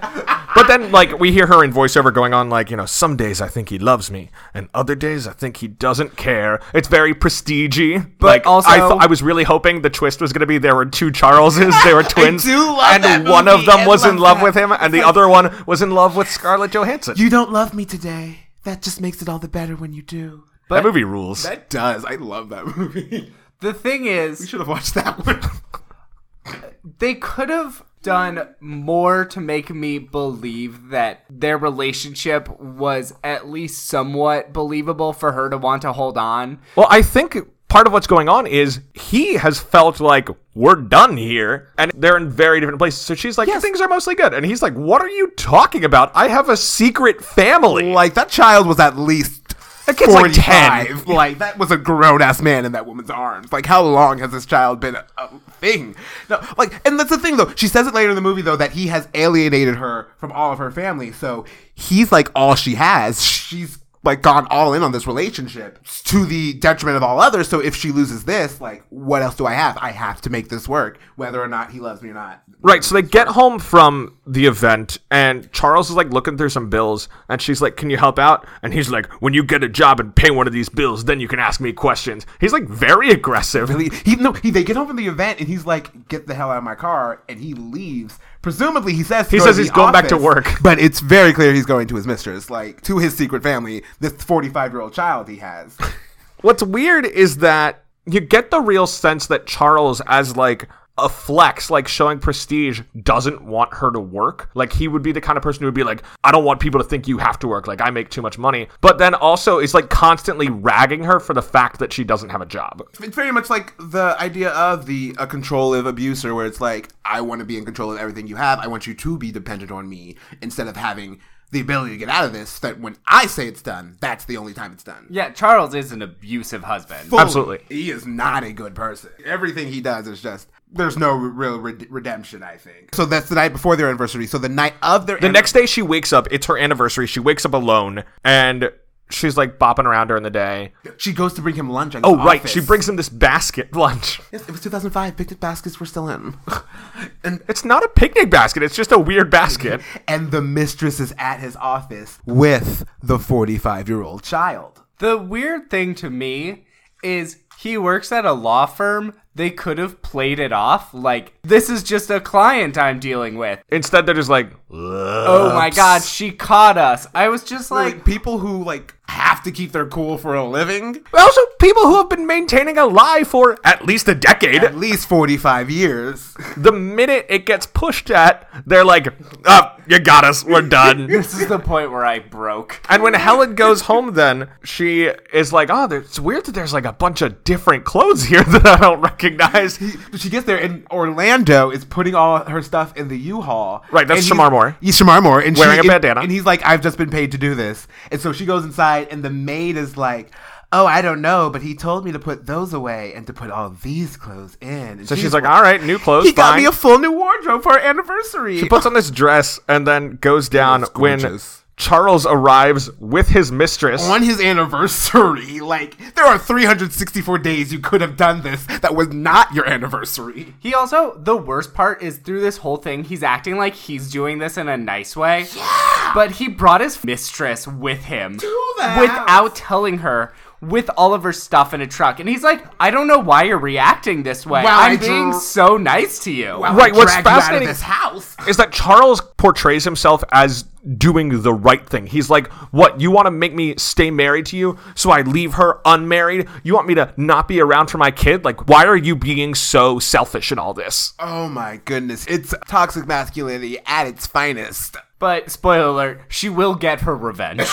S3: But then, like, we hear her in voiceover going on, like, you know, some days I think he loves me, and other days I think he doesn't care. It's very prestige But like,
S2: also-
S3: I, th- I was really hoping the twist was going to be there were two Charleses,
S1: [LAUGHS]
S3: they were twins,
S1: do love
S3: and
S1: that
S3: one of
S1: movie.
S3: them
S1: I
S3: was in
S1: love
S3: love
S1: that.
S3: with him, and the other one was in love with Scarlett Johansson.
S1: You don't love me today. That just makes it all the better when you do.
S3: that movie rules.
S1: That does. I love that movie. [LAUGHS]
S2: the thing is,
S1: Should have watched that one.
S2: they could have done more to make me believe that their relationship was at least somewhat believable for her to want to hold on.
S3: Well, I think part of what's going on is he has felt like we're done here and they're in very different places. So she's like, things are mostly good. And he's like, what are you talking about? I have a secret family.
S1: like, that child was at least
S3: that kid's like 10.
S1: 45. [LAUGHS] Like that was a grown ass man in that woman's arms. Like how long has this child been a, a thing? No, like, and that's the thing though. She says it later in the movie though that he has alienated her from all of her family. So he's like all she has. She's like gone all in on this relationship to the detriment of all others. So if she loses this, like, what else do I have? I have to make this work, whether or not he loves me or not.
S3: Right, so they get home from the event, and Charles is like looking through some bills, and she's like, Can you help out? And he's like, When you get a job and pay one of these bills, then you can ask me questions. He's like very aggressive.
S1: He, he no, he, they get home from the event and he's like, "Get the hell out of my car!" and he leaves. Presumably, he says
S3: He
S1: to go
S3: says
S1: to
S3: he's
S1: the
S3: going back to
S1: office,
S3: work.
S1: [LAUGHS] but it's very clear he's going to his mistress, like to his secret family, this forty-five-year-old child he
S3: [LAUGHS]
S1: has.
S3: What's weird is that you get the real sense that Charles, as like a flex, like showing prestige, doesn't want her to work. Like he would be the kind of person who would be like, I don't want people to think you have to work. Like I make too much money. But then also is like constantly ragging her for the fact that she doesn't have a job.
S1: it's very much like the idea of the a control of abuser, where it's like, "I want to be in control of everything you have. I want you to be dependent on me instead of having." The ability to get out of this, that when I say it's done, that's the only time it's done.
S2: Yeah, Charles is an abusive husband.
S1: Fully.
S3: Absolutely.
S1: He is not a good person. Everything he does is just there's no re- real red- redemption, I think. So that's the night before their anniversary. So the night of their
S3: The next day she wakes up, it's her anniversary. She wakes up alone and she's like bopping around during the day.
S1: she goes to bring him lunch. At
S3: Oh,
S1: his
S3: right.
S1: office.
S3: She brings him this basket lunch.
S1: Yes, it was 2005. Picnic baskets were still in, [LAUGHS] and
S3: It's not a picnic basket, it's just a
S1: [LAUGHS]
S3: weird basket.
S1: and the mistress is at his office with the 45 year old child.
S2: The weird thing to me is he works at a law firm. They could have played it off like this is just a client I'm dealing with.
S3: Instead, they're just like,
S2: Oh my god, she caught us. I was just like,
S1: Like people who like have to keep their cool for a living.
S3: Also, people who have been maintaining a lie for at least a decade,
S1: At least 45 years.
S3: the minute it gets pushed at, they're like, oh, you got us,
S1: [LAUGHS]
S3: we're done.
S2: this is the point where I broke.
S3: and when Helen goes home, then she is like, oh, there- it's weird that there's like a bunch of different clothes here [LAUGHS] that I don't recognize.
S1: She gets there, and Orlando is putting all her stuff in the U-Haul.
S3: Right, that's
S1: And
S3: Shamar
S1: he's-
S3: Moore.
S1: He's Shamar Moore, and
S3: Wearing
S1: she,
S3: a
S1: and-
S3: bandana.
S1: And he's like, "I've just been paid to do this." And so she goes inside, and the maid is like, "Oh, I don't know, but he told me to put those away and to put all these clothes in." And
S3: So she's like, all right, new clothes.
S1: "He got
S3: fine."
S1: me a full new wardrobe for our anniversary."
S3: She puts on this dress and then goes down
S1: That's
S3: when
S1: gorgeous.
S3: Charles arrives with his mistress.
S1: [LAUGHS] on his anniversary, like there are 364 days you could have done this that was not your anniversary.
S2: He also, the worst part is through this whole thing, he's acting like he's doing this in a nice way. Yeah! But he brought his mistress with him
S1: the house.
S2: without telling her. With all of her stuff in a truck, and he's like, "I don't know why you're reacting this way.
S1: Wow,
S2: I'm
S1: I
S2: being
S1: dr-
S2: so nice to you."
S3: Right, what's
S1: Drag you out of
S3: fascinating-
S1: this house.
S3: is that Charles portrays himself as doing the right thing. He's like, "What? You want to make me stay married to you so I leave her unmarried? You want me to not be around for my kid? Like, why are you being so selfish in all this?"
S1: Oh my goodness. It's toxic masculinity at its finest.
S2: But spoiler alert: she will get her revenge.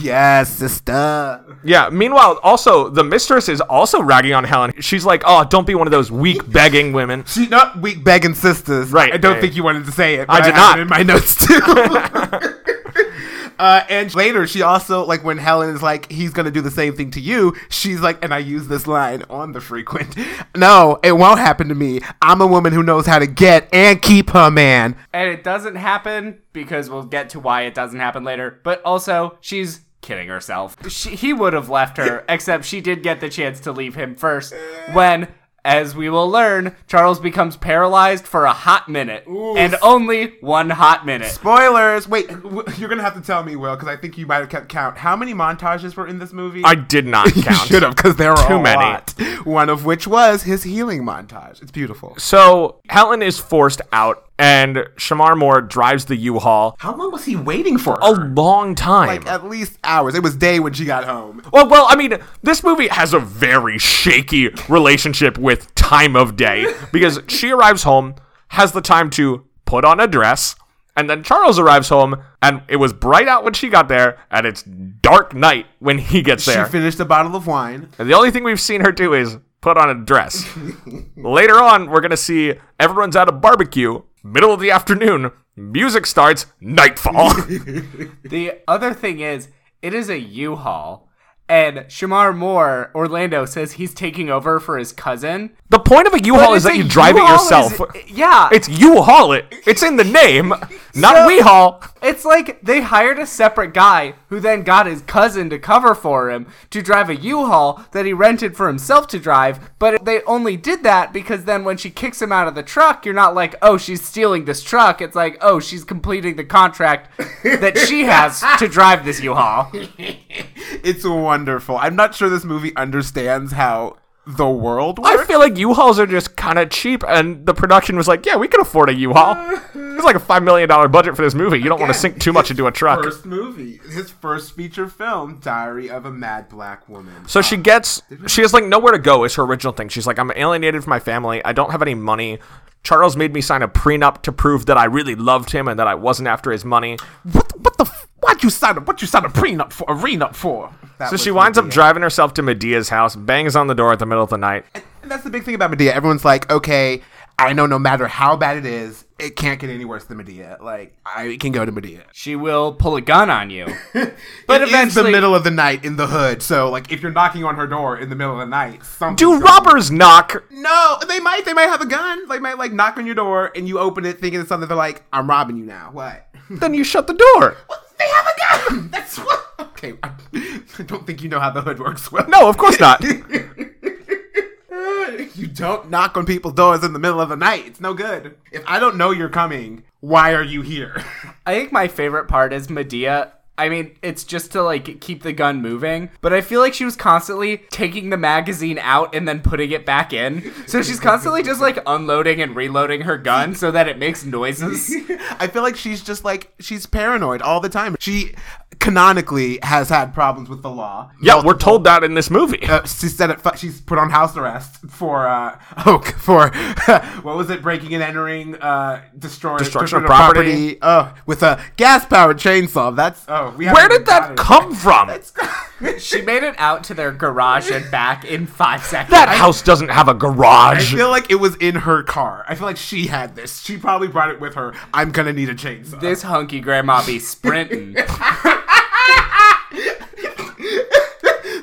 S1: Yes, sister.
S3: Yeah, meanwhile, also the mistress is also ragging on Helen. She's like, "Oh, don't be one of those weak
S1: [LAUGHS]
S3: begging women."
S1: She's not weak begging sisters.
S3: Right.
S1: I don't
S3: Right.
S1: think you wanted to say it.
S3: I
S1: but have
S3: did not.
S1: it in my notes too. [LAUGHS] Uh, and later, she also like when Helen is like, "He's gonna do the same thing to you." She's like, and I use this line on the frequent. No, it won't happen to me. I'm a woman who knows how to get and keep her man.
S2: and it doesn't happen because we'll get to why it doesn't happen later. But also, she's kidding herself. She, he would have left [LAUGHS] her, except she did get the chance to leave him first when. As we will learn, Charles becomes paralyzed for a hot minute, and only one hot minute.
S1: Spoilers. Wait, w- you're gonna have to tell me, Will, because I think you might have kept count. How many montages were in this movie?
S3: I did not
S1: You [LAUGHS]
S3: count.
S1: should have, because there are
S3: Too
S1: a
S3: many.
S1: lot. One of which was his healing montage. It's beautiful.
S3: So Helen is forced out, and Shamar Moore drives the U-Haul
S1: How long was he waiting for?
S3: a long time.
S1: Oh, like uh, at least hours. It was day when she got home.
S3: Well, well, I mean, this movie has a very shaky relationship with time of day because she arrives home, has the time to put on a dress, and then Charles arrives home, and it was bright out when she got there, and it's dark night when he gets there.
S1: She finished a bottle of wine.
S3: and the only thing we've seen her do is put on a
S2: [LAUGHS]
S3: dress. Later on, we're gonna see everyone's at a barbecue, middle of the afternoon, music starts, nightfall.
S2: [LAUGHS] The other thing is, it is a U-Haul, and Shamar Moore, Orlando, says he's taking over for his cousin.
S3: the point of a U-Haul
S2: But it's
S3: is that
S2: a
S3: you drive it
S2: U-Haul is-
S3: yourself.
S2: yeah.
S3: It's U-Haul it. It's in
S2: [LAUGHS]
S3: the name, not
S2: So-
S3: we-haul.
S2: It's like they hired a separate guy who then got his cousin to cover for him to drive a U-Haul that he rented for himself to drive, but they only did that because then when she kicks him out of the truck, you're not like, "Oh, she's stealing this truck." It's like, "Oh, she's completing the contract that she has to drive this U-Haul."
S1: It's wonderful. I'm not sure this movie understands how the world works.
S3: I feel like U-Hauls are just kind of cheap, and the production was like, "Yeah, we can afford a U-Haul." It's like a five million dollar budget for this movie. You don't want to sink too much into a truck.
S1: First movie, his first feature film, Diary of a Mad Black Woman.
S3: So she gets, she has like nowhere to go is her original thing. She's like, I'm alienated from my family. I don't have any money. Charles made me sign a prenup to prove that I really loved him and that I wasn't after his money.
S1: what? What the? F- why'd you sign up? What you sign a prenup for? A renup for? That
S3: So
S1: was
S3: she winds up
S1: Medea.
S3: driving herself to Medea's house, bangs on the door at the middle of the night.
S1: And that's the big thing about Medea. Everyone's like, okay, I know no matter how bad it is, it can't get any worse than Medea. Like, I can go to Medea.
S2: She will pull a gun on you. But
S1: It is
S2: eventually
S1: the middle of the night in the hood. So, like, if you're knocking on her door in the middle of the night, something.
S3: Do robbers knock?
S1: No, they might. They might have a gun. They might like knock on your door, and you open it thinking it's something. They're like, "I'm robbing you now." What? [LAUGHS]
S3: Then you shut the door.
S1: They have a gun. That's what. [LAUGHS] Okay, I, I don't think you know how the hood works. Well,
S3: No, of
S1: [LAUGHS]
S3: course not.
S1: you don't knock on people's doors in the middle of the night. It's no good. If I don't know you're coming, why are you here? [LAUGHS]
S2: I think my favorite part is Medea. I mean, it's just to like keep the gun moving, but I feel like she was constantly taking the magazine out and then putting it back in. So she's constantly just like unloading and reloading her gun so that it makes noises.
S1: I feel like she's just like she's paranoid all the time. She canonically has had problems with the law.
S3: Yeah, we're told that in this movie.
S1: Uh, she said it. fu- She's put on house arrest for uh, [LAUGHS] oh, for what was it? Breaking and entering, uh, destroying
S3: Destruction of
S1: destruction property. Uh, with a gas powered chainsaw. That's oh, we
S3: Where
S1: haven't even
S3: did
S1: gotten-
S3: that come from?
S2: She made it out to their garage and back in five seconds.
S3: That house doesn't have a
S1: I
S3: garage.
S1: feel like it was in her car. I feel like she had this. She probably brought it with her. I'm gonna need a chainsaw.
S2: this hunky grandma be sprinting.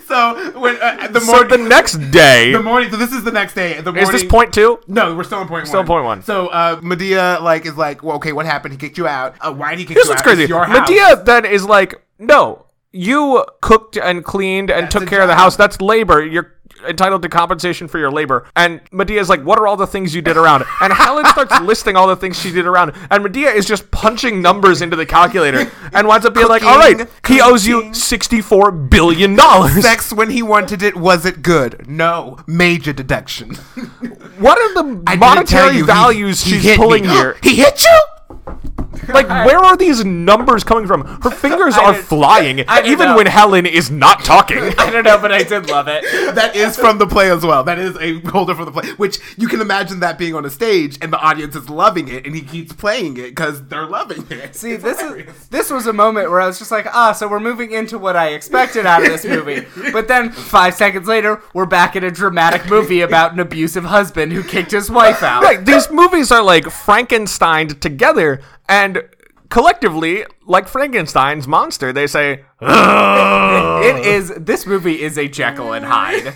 S1: so when uh, the
S3: So
S1: morning,
S3: the next day,
S1: the morning. So this is the next day. The morning,
S3: is this point two?
S1: No, we're still on point one.
S3: Still on point one.
S1: So uh, Medea like is like, well, okay, what happened? He kicked you out. Uh, why did he kick
S3: Here's
S1: you
S3: what's
S1: out? It's
S3: crazy.
S1: your house.
S3: Medea then is like, no, you cooked and cleaned and took
S1: a
S3: care of the
S1: job.
S3: house. That's labor. You're entitled to compensation for your labor. And Medea's like, what are all the things you did [LAUGHS] around? And Helen starts listing all the things she did around. And Medea is just punching numbers into the calculator and winds up being like, all right, he owes you $64 billion.
S1: Sex when he wanted it, was it good? No. Major deduction. [LAUGHS]
S3: What are [LAUGHS] the
S1: I didn't tell
S3: monetary
S1: you, he-
S3: values
S1: he
S3: she's
S1: hit me. [GASPS]
S3: [LAUGHS] pulling here?
S1: he hit you?
S3: Like, where are these numbers coming from? Her fingers are
S2: don't-
S3: flying,
S2: I don't
S3: even
S2: know.
S3: when Helen is not [LAUGHS] talking.
S2: I don't know, but I did love it.
S1: That is from the play as well. That is a holder from the play, which you can imagine that being on a stage and the audience is loving it and he keeps playing it because they're loving it.
S2: See, this is this was a moment where I was just like, ah, so we're moving into what I expected out of this
S3: [LAUGHS]
S2: movie. But then five seconds later, we're back in a dramatic movie about an abusive husband who kicked his wife out.
S3: Right, these movies are like Frankensteined together, and collectively, like Frankenstein's monster, they say. "Ugh."
S2: It is this movie is a Jekyll and
S3: [LAUGHS]
S2: Hyde.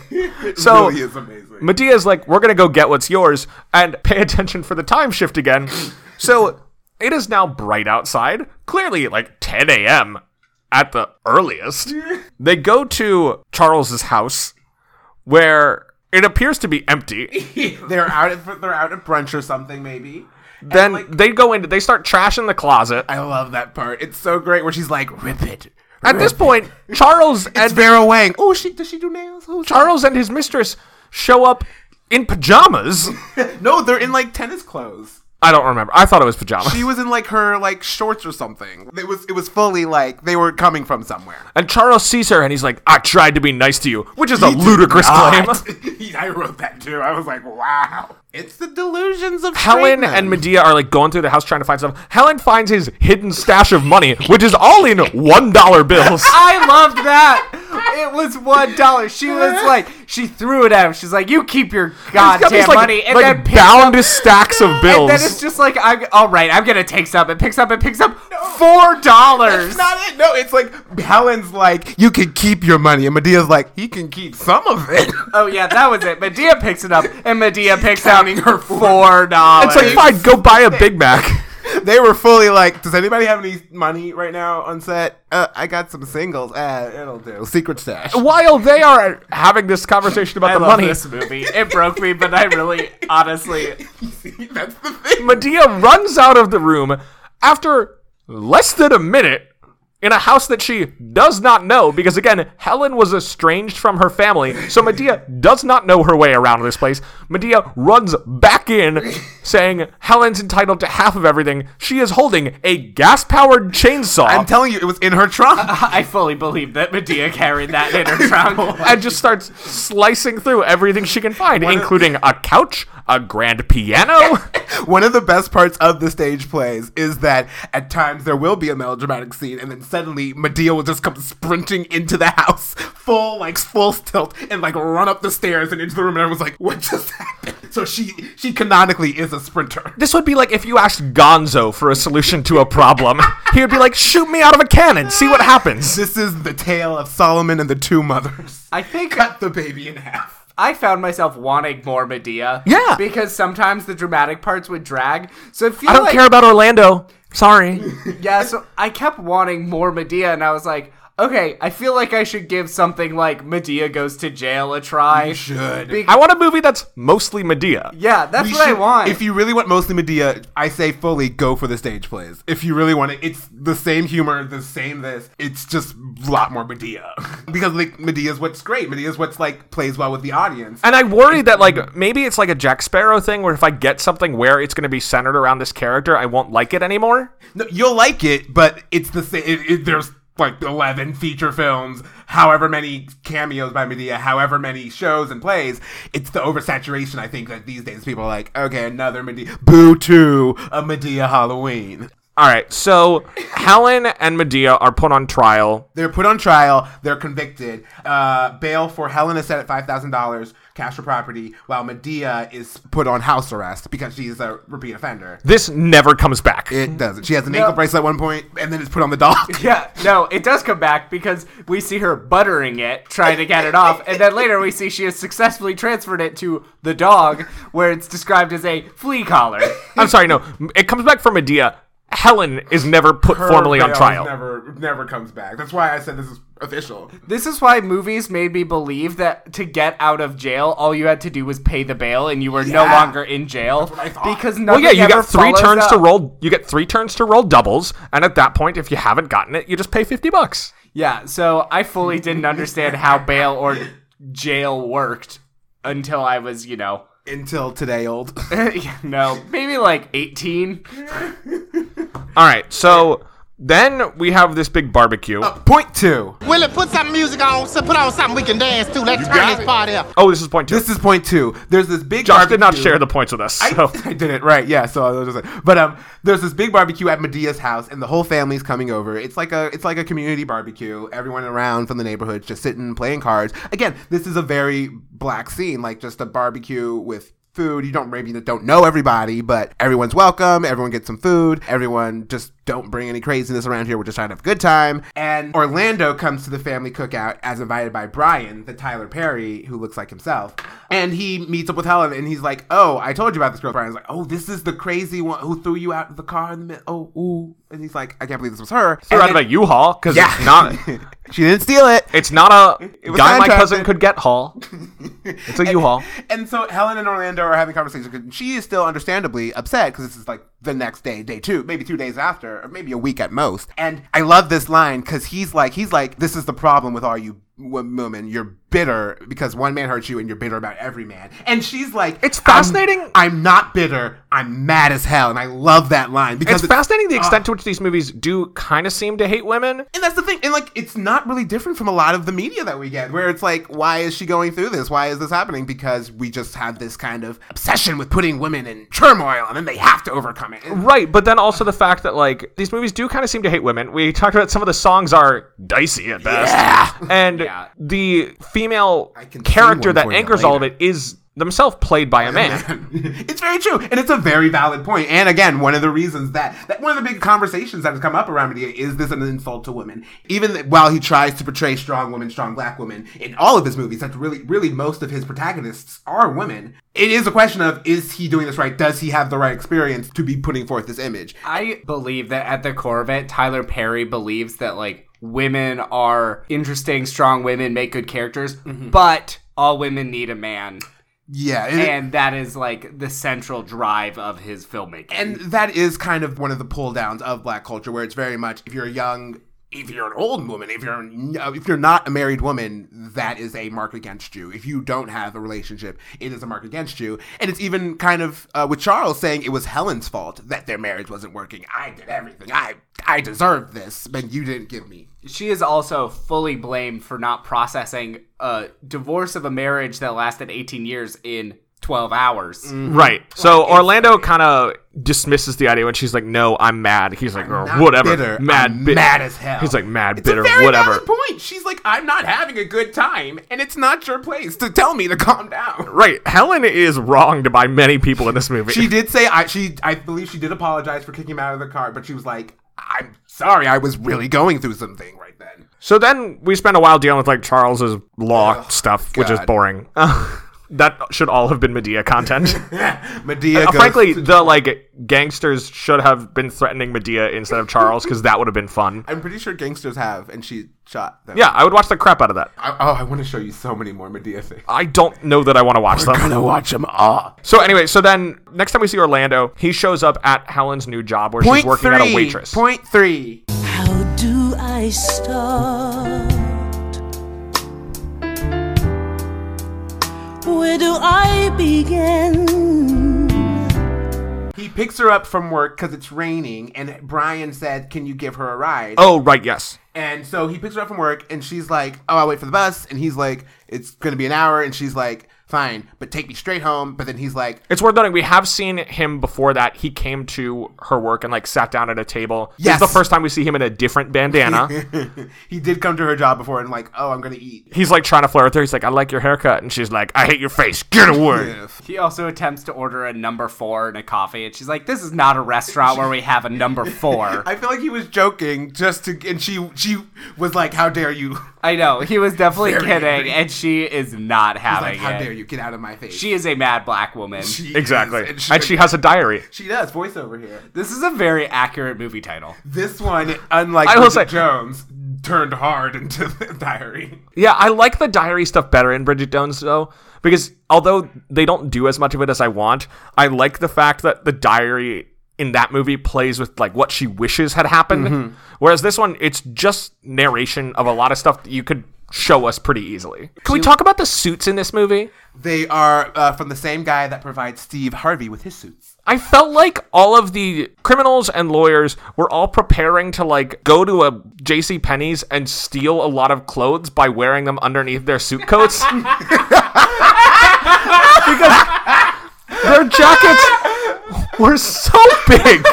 S3: so
S1: really is amazing.
S3: Medea's like, "We're gonna go get what's yours," and [LAUGHS] pay attention for the time shift again. so it is now bright outside, clearly like 10 a.m. at the
S1: [LAUGHS]
S3: earliest. They go to Charles's house, where it appears to be
S1: [LAUGHS]
S3: empty.
S1: they're out at they're out at brunch or something maybe.
S3: Then they go in, they start trashing the closet.
S1: I love that part. It's so great where she's like, "Rip it."
S3: At
S1: [LAUGHS]
S3: this point, Charles and
S1: It's Vera Wang. Oh, she does she do nails? Oh,
S3: Charles and his mistress show up in pajamas. [LAUGHS]
S1: No, they're in like tennis clothes.
S3: I don't remember. I thought it was pajamas.
S1: She was in like her like shorts or something. It was it was fully like they were coming from somewhere.
S3: and Charles sees her and he's like, I
S1: [LAUGHS]
S3: tried to be nice to you, which is a ludicrous claim.
S1: I wrote that too. I was like, wow. It's the delusions of straight
S3: Helen
S1: men.
S3: and Medea are like going through the house trying to find stuff. Helen finds his hidden stash of money, which is all in one dollar bills.
S2: I loved that. It was one dollar. She
S3: [LAUGHS]
S2: was like, she threw it at him. She's like, "You keep your
S3: He's got
S2: goddamn
S3: these, like,
S2: money," and
S3: like
S2: then picks
S3: bound
S2: up,
S3: his stacks of
S2: and
S3: bills.
S2: then it's just like, "I'm all right. I'm gonna take some." It picks up and picks up four
S1: That's
S2: dollars.
S1: not it. No, it's like Helen's like, you can keep your money, and Medea's like, he can keep some of it. [LAUGHS] Uh,
S2: Oh yeah, that was it. Medea picks it up, and Medea picks out her four dollars.
S3: It's like, fine, go buy a Big Mac.
S1: they were fully like, does anybody have any money right now on set? Uh, I got some singles. Uh, it'll do. Secret stash.
S3: While they are having this conversation about
S2: I
S3: the
S2: love
S3: money,
S2: this movie. It broke me, but I really, honestly,
S1: That's the thing.
S3: Medea runs out of the room after less than a minute in a house that she does not know because again Helen was estranged from her family so Medea does not know her way around this place Medea runs back in saying Helen's entitled to half of everything she is holding a gas powered chainsaw
S1: I'm telling you, it was in her trunk.
S2: I fully believe that Medea carried that in her
S3: [LAUGHS]
S2: trunk.
S3: and just starts slicing through everything she can find including a couch a grand piano
S1: [LAUGHS] One of the best parts of the stage plays is that at times there will be a melodramatic scene, and then suddenly Medea will just come sprinting into the house, full like full tilt, and like run up the stairs and into the room, and everyone's like, "What just happened?" So she she canonically is a sprinter.
S3: This would be like if you asked Gonzo for a solution to a problem. [LAUGHS] he would be like, shoot me out of a cannon, see what happens.
S1: This is the tale of Solomon and the two mothers. [LAUGHS]
S2: I think
S1: Cut the baby in half.
S2: I found myself wanting more Medea.
S3: Yeah.
S2: Because sometimes the dramatic parts would drag. So I feel
S3: I don't
S2: like,
S3: care about Orlando. Sorry.
S2: Yeah, so I kept wanting more Medea, and I was like, okay, I feel like I should give something like Medea goes to jail a try.
S1: should.
S2: Be-
S3: [LAUGHS] I want a movie that's mostly Medea.
S2: yeah, that's
S1: We
S2: what I
S1: should-
S2: want.
S1: If you really want mostly Medea, I say fully go for the stage plays. If you really want it, it's the same humor, the same this. It's just a lot more Medea. [LAUGHS] because like Medea's what's great. Medea's what's like plays well with the audience.
S3: And I worry that like maybe it's like a Jack Sparrow thing where if I get something where it's going to be centered around this character, I won't like it anymore.
S1: No, you'll like it, but it's the same. It, it, there's like 11 feature films, however many cameos by Medea, however many shows and plays. It's the oversaturation, I think, that these days people are like, okay, another Medea. Boo to a Medea Halloween.
S3: All right, so Helen and Medea are put on trial.
S1: They're put on trial. They're convicted. Uh, bail for Helen is set at five thousand dollars, cash or property, while Medea is put on house arrest because she's a repeat offender.
S3: This never comes back.
S1: It doesn't. She has an ankle bracelet at one point, and then it's put on the dock.
S2: yeah, no, it does come back because we see her buttering it, trying to get it off, and then later we see she has successfully transferred it to the dog, where it's described as a flea collar.
S3: I'm sorry, no. It comes back for Medea. Helen is never
S1: [LAUGHS]
S3: put
S1: Her
S3: formally on
S1: bail
S3: trial.
S1: Never, never comes back. That's why I said this is official.
S2: This is why movies made me believe that to get out of jail, all you had to do was pay the bail, and you were no
S1: Yeah.
S2: longer in jail.
S1: what I thought.
S2: because
S3: Well,
S2: nothing
S3: yeah, you
S2: ever
S3: got three
S2: follows
S3: turns to
S2: up.
S3: roll. You get three turns to roll doubles, and at that point, if you haven't gotten it, you just pay fifty bucks.
S2: Yeah, so I fully didn't understand how bail or jail worked until I was, you know, [LAUGHS]
S1: Until today, old.
S2: no, maybe like eighteen.
S3: All right, so then we have this big barbecue.
S1: point two.
S4: Willie, put some music on. So put on something we can dance to. Let's
S1: got
S4: turn
S1: it.
S4: this party up.
S3: Oh, this is point two.
S1: This is point two. There's this big.
S3: Josh did not
S1: barbecue.
S3: share the points with us. So.
S1: [LAUGHS]
S3: [LAUGHS]
S1: I, I did it right, yeah. So I was just like, but um, there's this big barbecue at Medea's house, and the whole family's coming over. It's like a it's like a community barbecue. Everyone around from the neighborhood just sitting playing cards. Again, this is a very black scene, like just a barbecue with food. You don't maybe don't know everybody, but everyone's welcome. Everyone gets some food. Everyone just don't bring any craziness around here. We're just trying to have a good time. And Orlando comes to the family cookout as invited by Brian, the Tyler Perry who looks like himself. And he meets up with Helen and he's like, "Oh, I told you about this girl." Brian's like, "Oh, this is the crazy one who threw you out of the car in the middle." Oh, ooh. And he's like, "I can't believe this was her."
S3: They're
S1: And
S3: out of
S1: then-
S3: a U-Haul
S1: [LAUGHS]
S3: because
S1: yeah,
S3: it's not.
S1: she didn't steal it.
S3: It's not a
S1: [LAUGHS] It was
S3: guy my
S1: contracted.
S3: cousin could get
S1: [LAUGHS]
S3: haul. It's a U-Haul.
S1: And so Helen and Orlando are having conversations. 'cause She is still understandably upset because this is like the next day, day two, maybe two days after, or maybe a week at most. And I love this line because he's like, he's like, this is the problem with all you woman, you're bitter because one man hurt you and you're bitter about every man. And she's like,
S3: It's
S1: "I'm-
S3: fascinating."
S1: I'm, not bitter. I'm mad as hell. And I love that line because Ah.
S3: It's fascinating the extent to which these movies do kind of seem to hate women.
S1: And that's the thing. And like, it's not really different from a lot of the media that we get, where it's like, why is she going through this? Why is this happening? Because we just have this kind of obsession with putting women in turmoil and then they have to overcome it. And
S3: Right, but then also the fact that like these movies do kind of seem to hate women. We talked about some of the songs are dicey at best, and
S2: Yeah.
S3: the female
S1: can sing
S3: character
S1: one
S3: that
S1: for you
S3: anchors all of it is themselves played by a man.
S1: [LAUGHS] it's very true. And it's a very valid point. And again, one of the reasons that, that one of the big conversations that has come up around media is this an insult to women? Even th- while he tries to portray strong women, strong black women in all of his movies, that's really, really most of his protagonists are women. It is a question of is he doing this right? Does he have the right experience to be putting forth this image?
S2: I believe that at the core of it, Tyler Perry believes that like women are interesting, strong women, make good characters, but all women need a man.
S1: Yeah. Mm-hmm. it-
S2: And that is like the central drive of his filmmaking.
S1: and that is kind of one of the pull downs of black culture where it's very much if you're a young if you're an old woman if you're if you're not a married woman that is a mark against you if you don't have a relationship it is a mark against you and it's even kind of uh, with charles saying it was helen's fault that their marriage wasn't working i did everything i i deserved this but you didn't give me
S2: she is also fully blamed for not processing a divorce of a marriage that lasted 18 years in 12 hours.
S1: Mm.
S3: Right. So Orlando kind of dismisses the idea when she's like, "No, I'm mad." He's like, "Oh,
S1: not
S3: "Whatever,
S1: bitter.
S3: mad,
S1: I'm
S3: bit-
S1: mad as hell."
S3: He's like, "Mad,
S1: it's
S3: bitter,
S1: a very
S3: whatever."
S1: valid point she's like i'm not having a good time and it's not your place to tell me to calm down
S3: Right. Helen is wronged by many people in this movie.
S1: She did say I she I believe she did apologize for kicking him out of the car, but she was like, "I'm sorry, I was really going through something right then."
S3: So then we spent a while dealing with like Charles's law stuff, which is
S1: God. [LAUGHS]
S3: boring. that should all have been Medea content. [LAUGHS]
S1: Medea,
S3: Uh,
S1: goes-
S3: frankly, the like gangsters should have been threatening Medea instead of Charles because that would have been fun.
S1: I'm pretty sure gangsters have, and she shot them.
S3: Yeah, I would watch the crap out of that.
S1: I, oh, I want to show you so many more Medea things.
S3: I don't know that I want to watch them.
S1: gonna watch them all.
S3: So anyway, so then next time we see Orlando, he shows up at Helen's new job where she's working at a waitress.
S1: Point three.
S6: How do I start? Where do I begin?
S1: He picks her up from work because it's raining, and Brian said, "Can you give her a ride?"
S3: oh right, yes.
S1: And so he picks her up from work, and she's like, "Oh, I'll wait for the bus." And he's like, "It's gonna be an hour," and she's like, "Fine, but take me straight home." But then he's like, [LAUGHS]
S3: It's worth noting we have seen him before that. He came to her work and like sat down at a table.
S1: Yes.
S3: This is the first time we see him in a
S1: [LAUGHS]
S3: different bandana.
S1: he did come to her job before and like, oh, I'm gonna eat.
S3: He's like trying to flirt with her. He's like, I like your haircut. And she's like, I hate your face. Get away.
S2: He also attempts to order a number four and a coffee, and she's like, "This is not a restaurant where we have a number four.
S1: [LAUGHS] I feel like he was joking just to, and she she was like, how dare you? [LAUGHS]
S2: I know he was definitely
S1: Very
S2: kidding,
S1: angry.
S2: and she is not
S1: Like,
S2: having
S1: how
S2: it.
S1: dare you get out of my face?
S2: She is a mad black woman.
S1: She is,
S3: Exactly.
S1: and
S3: And she has a diary.
S1: she does voiceover here.
S2: this is a very accurate movie title.
S1: This one, unlike
S3: I will
S1: Bridget
S3: say-
S1: Jones, turned hard into the [LAUGHS] diary.
S3: Yeah, I like the diary stuff better in Bridget Jones though, because although they don't do as much of it as I want, I like the fact that the diary in that movie plays with like what she wishes had happened.
S1: Mm-hmm.
S3: Whereas this one, it's just narration of a lot of stuff that you could show us pretty easily. Can we talk about the suits in this movie?
S1: They are uh, from the same guy that provides Steve Harvey with his suits.
S3: I felt like all of the criminals and lawyers were all preparing to like go to a JC Penney's and steal a lot of clothes by wearing them underneath their suit coats. because their jackets were so big.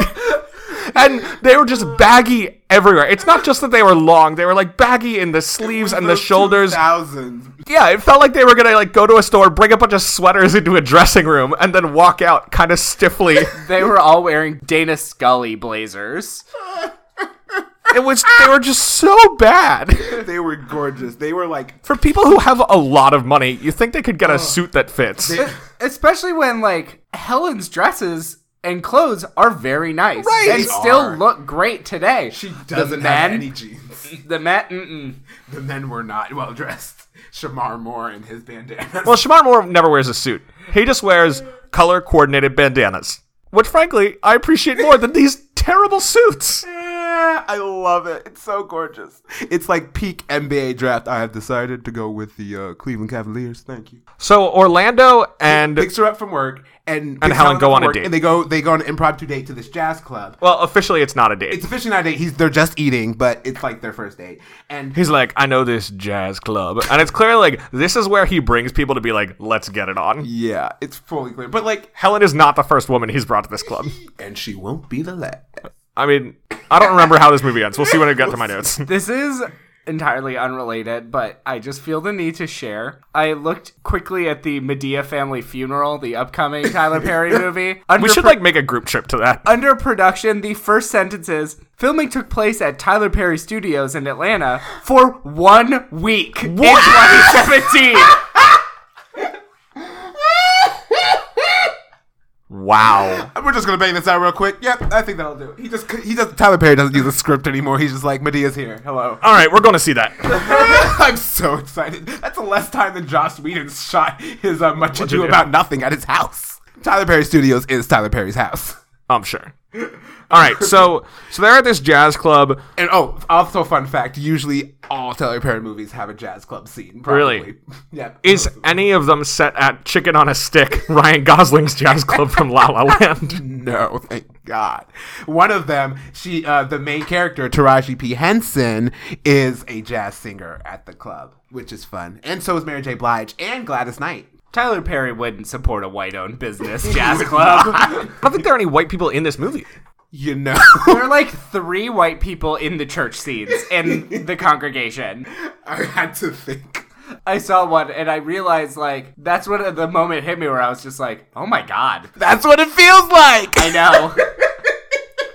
S3: And they were just baggy everywhere. It's not just that they were long, they were like baggy in the sleeves and the shoulders.
S1: Thousands.
S3: Yeah, it felt like they were gonna like go to a store, bring a bunch of sweaters into a dressing room, and then walk out kind of stiffly.
S2: They were all wearing Dana Scully blazers.
S3: it was they were just so bad. [LAUGHS]
S1: They were gorgeous. They were like
S3: For people who have a lot of money, you think they could get a suit that fits.
S2: E-, Especially when like Helen's dresses and clothes are very nice
S1: Right.
S2: and
S1: They
S2: still
S1: are.
S2: look great today.
S1: she doesn't
S2: the
S1: have
S2: men,
S1: any jeans.
S2: The men, mm-mm.
S1: The men were not well dressed. Shamar Moore and his bandanas.
S3: Well, Shamar Moore never wears a suit. He just wears color coordinated bandanas, which frankly I appreciate more than these terrible suits.
S1: Yeah, [LAUGHS] I love it. It's so gorgeous. It's like peak NBA draft. I have decided to go with the uh, Cleveland Cavaliers. Thank you.
S3: So Orlando and uh,
S1: Picks her up from work and picks
S3: Helen go
S1: from
S3: on a
S1: work,
S3: date.
S1: and they go they go on an impromptu date to this jazz club.
S3: well, officially it's not a date.
S1: It's officially not a date. He's they're just eating, but it's like their first date. And
S3: He's like, I know this jazz club, and it's clearly like this is where he brings people to be like, let's get it on.
S1: yeah, it's fully clear. But like,
S3: Helen is not the first woman he's brought to this club.
S1: and she won't be the last.
S3: I mean, I don't remember how this movie ends. We'll see when I get to my notes.
S2: This is entirely unrelated, but I just feel the need to share. I looked quickly at the Medea family funeral, the upcoming
S1: [LAUGHS]
S2: Tyler Perry movie. Under
S3: We should
S2: pro-
S3: like make a group trip to that.
S2: under production, the first sentence is filming took place at Tyler Perry Studios in Atlanta for one week in 2017.
S3: [LAUGHS] Wow.
S1: We're just gonna bang this out real quick. Yep, I think that'll do. it. He just he does Tyler Perry doesn't use a script anymore. He's just like Medea's here.
S3: [LAUGHS]
S1: Hello.
S3: All right, we're going to see that.
S1: I'm so excited. That's less time than Joss Whedon shot his uh, Much Ado
S3: do?
S1: About Nothing at his house. Tyler Perry Studios is Tyler Perry's house.
S3: I'm Um, sure. All right, so so they're at this jazz club.
S1: And oh, also fun fact: usually all Tyler Perry movies have a jazz club scene. Probably.
S3: Really?
S1: [LAUGHS] Yep.
S3: Is any of them set at Chicken on a Stick, [LAUGHS] Ryan Gosling's jazz club from La La Land?
S1: No, [LAUGHS] thank God. One of them, she, uh, the main character, Taraji P. Henson, is a jazz singer at the club, which is fun. And so is Mary J. Blige and Gladys Knight.
S2: Tyler Perry wouldn't support a white-owned business jazz club.
S3: [LAUGHS] I don't think there are any white people in this movie.
S1: You know. [LAUGHS]
S2: there are like three white people in the church scenes and the congregation.
S1: I had to think.
S2: I saw one and I realized like that's what the moment hit me where I was just like, oh my god,
S1: That's what it feels like.
S2: I know. [LAUGHS]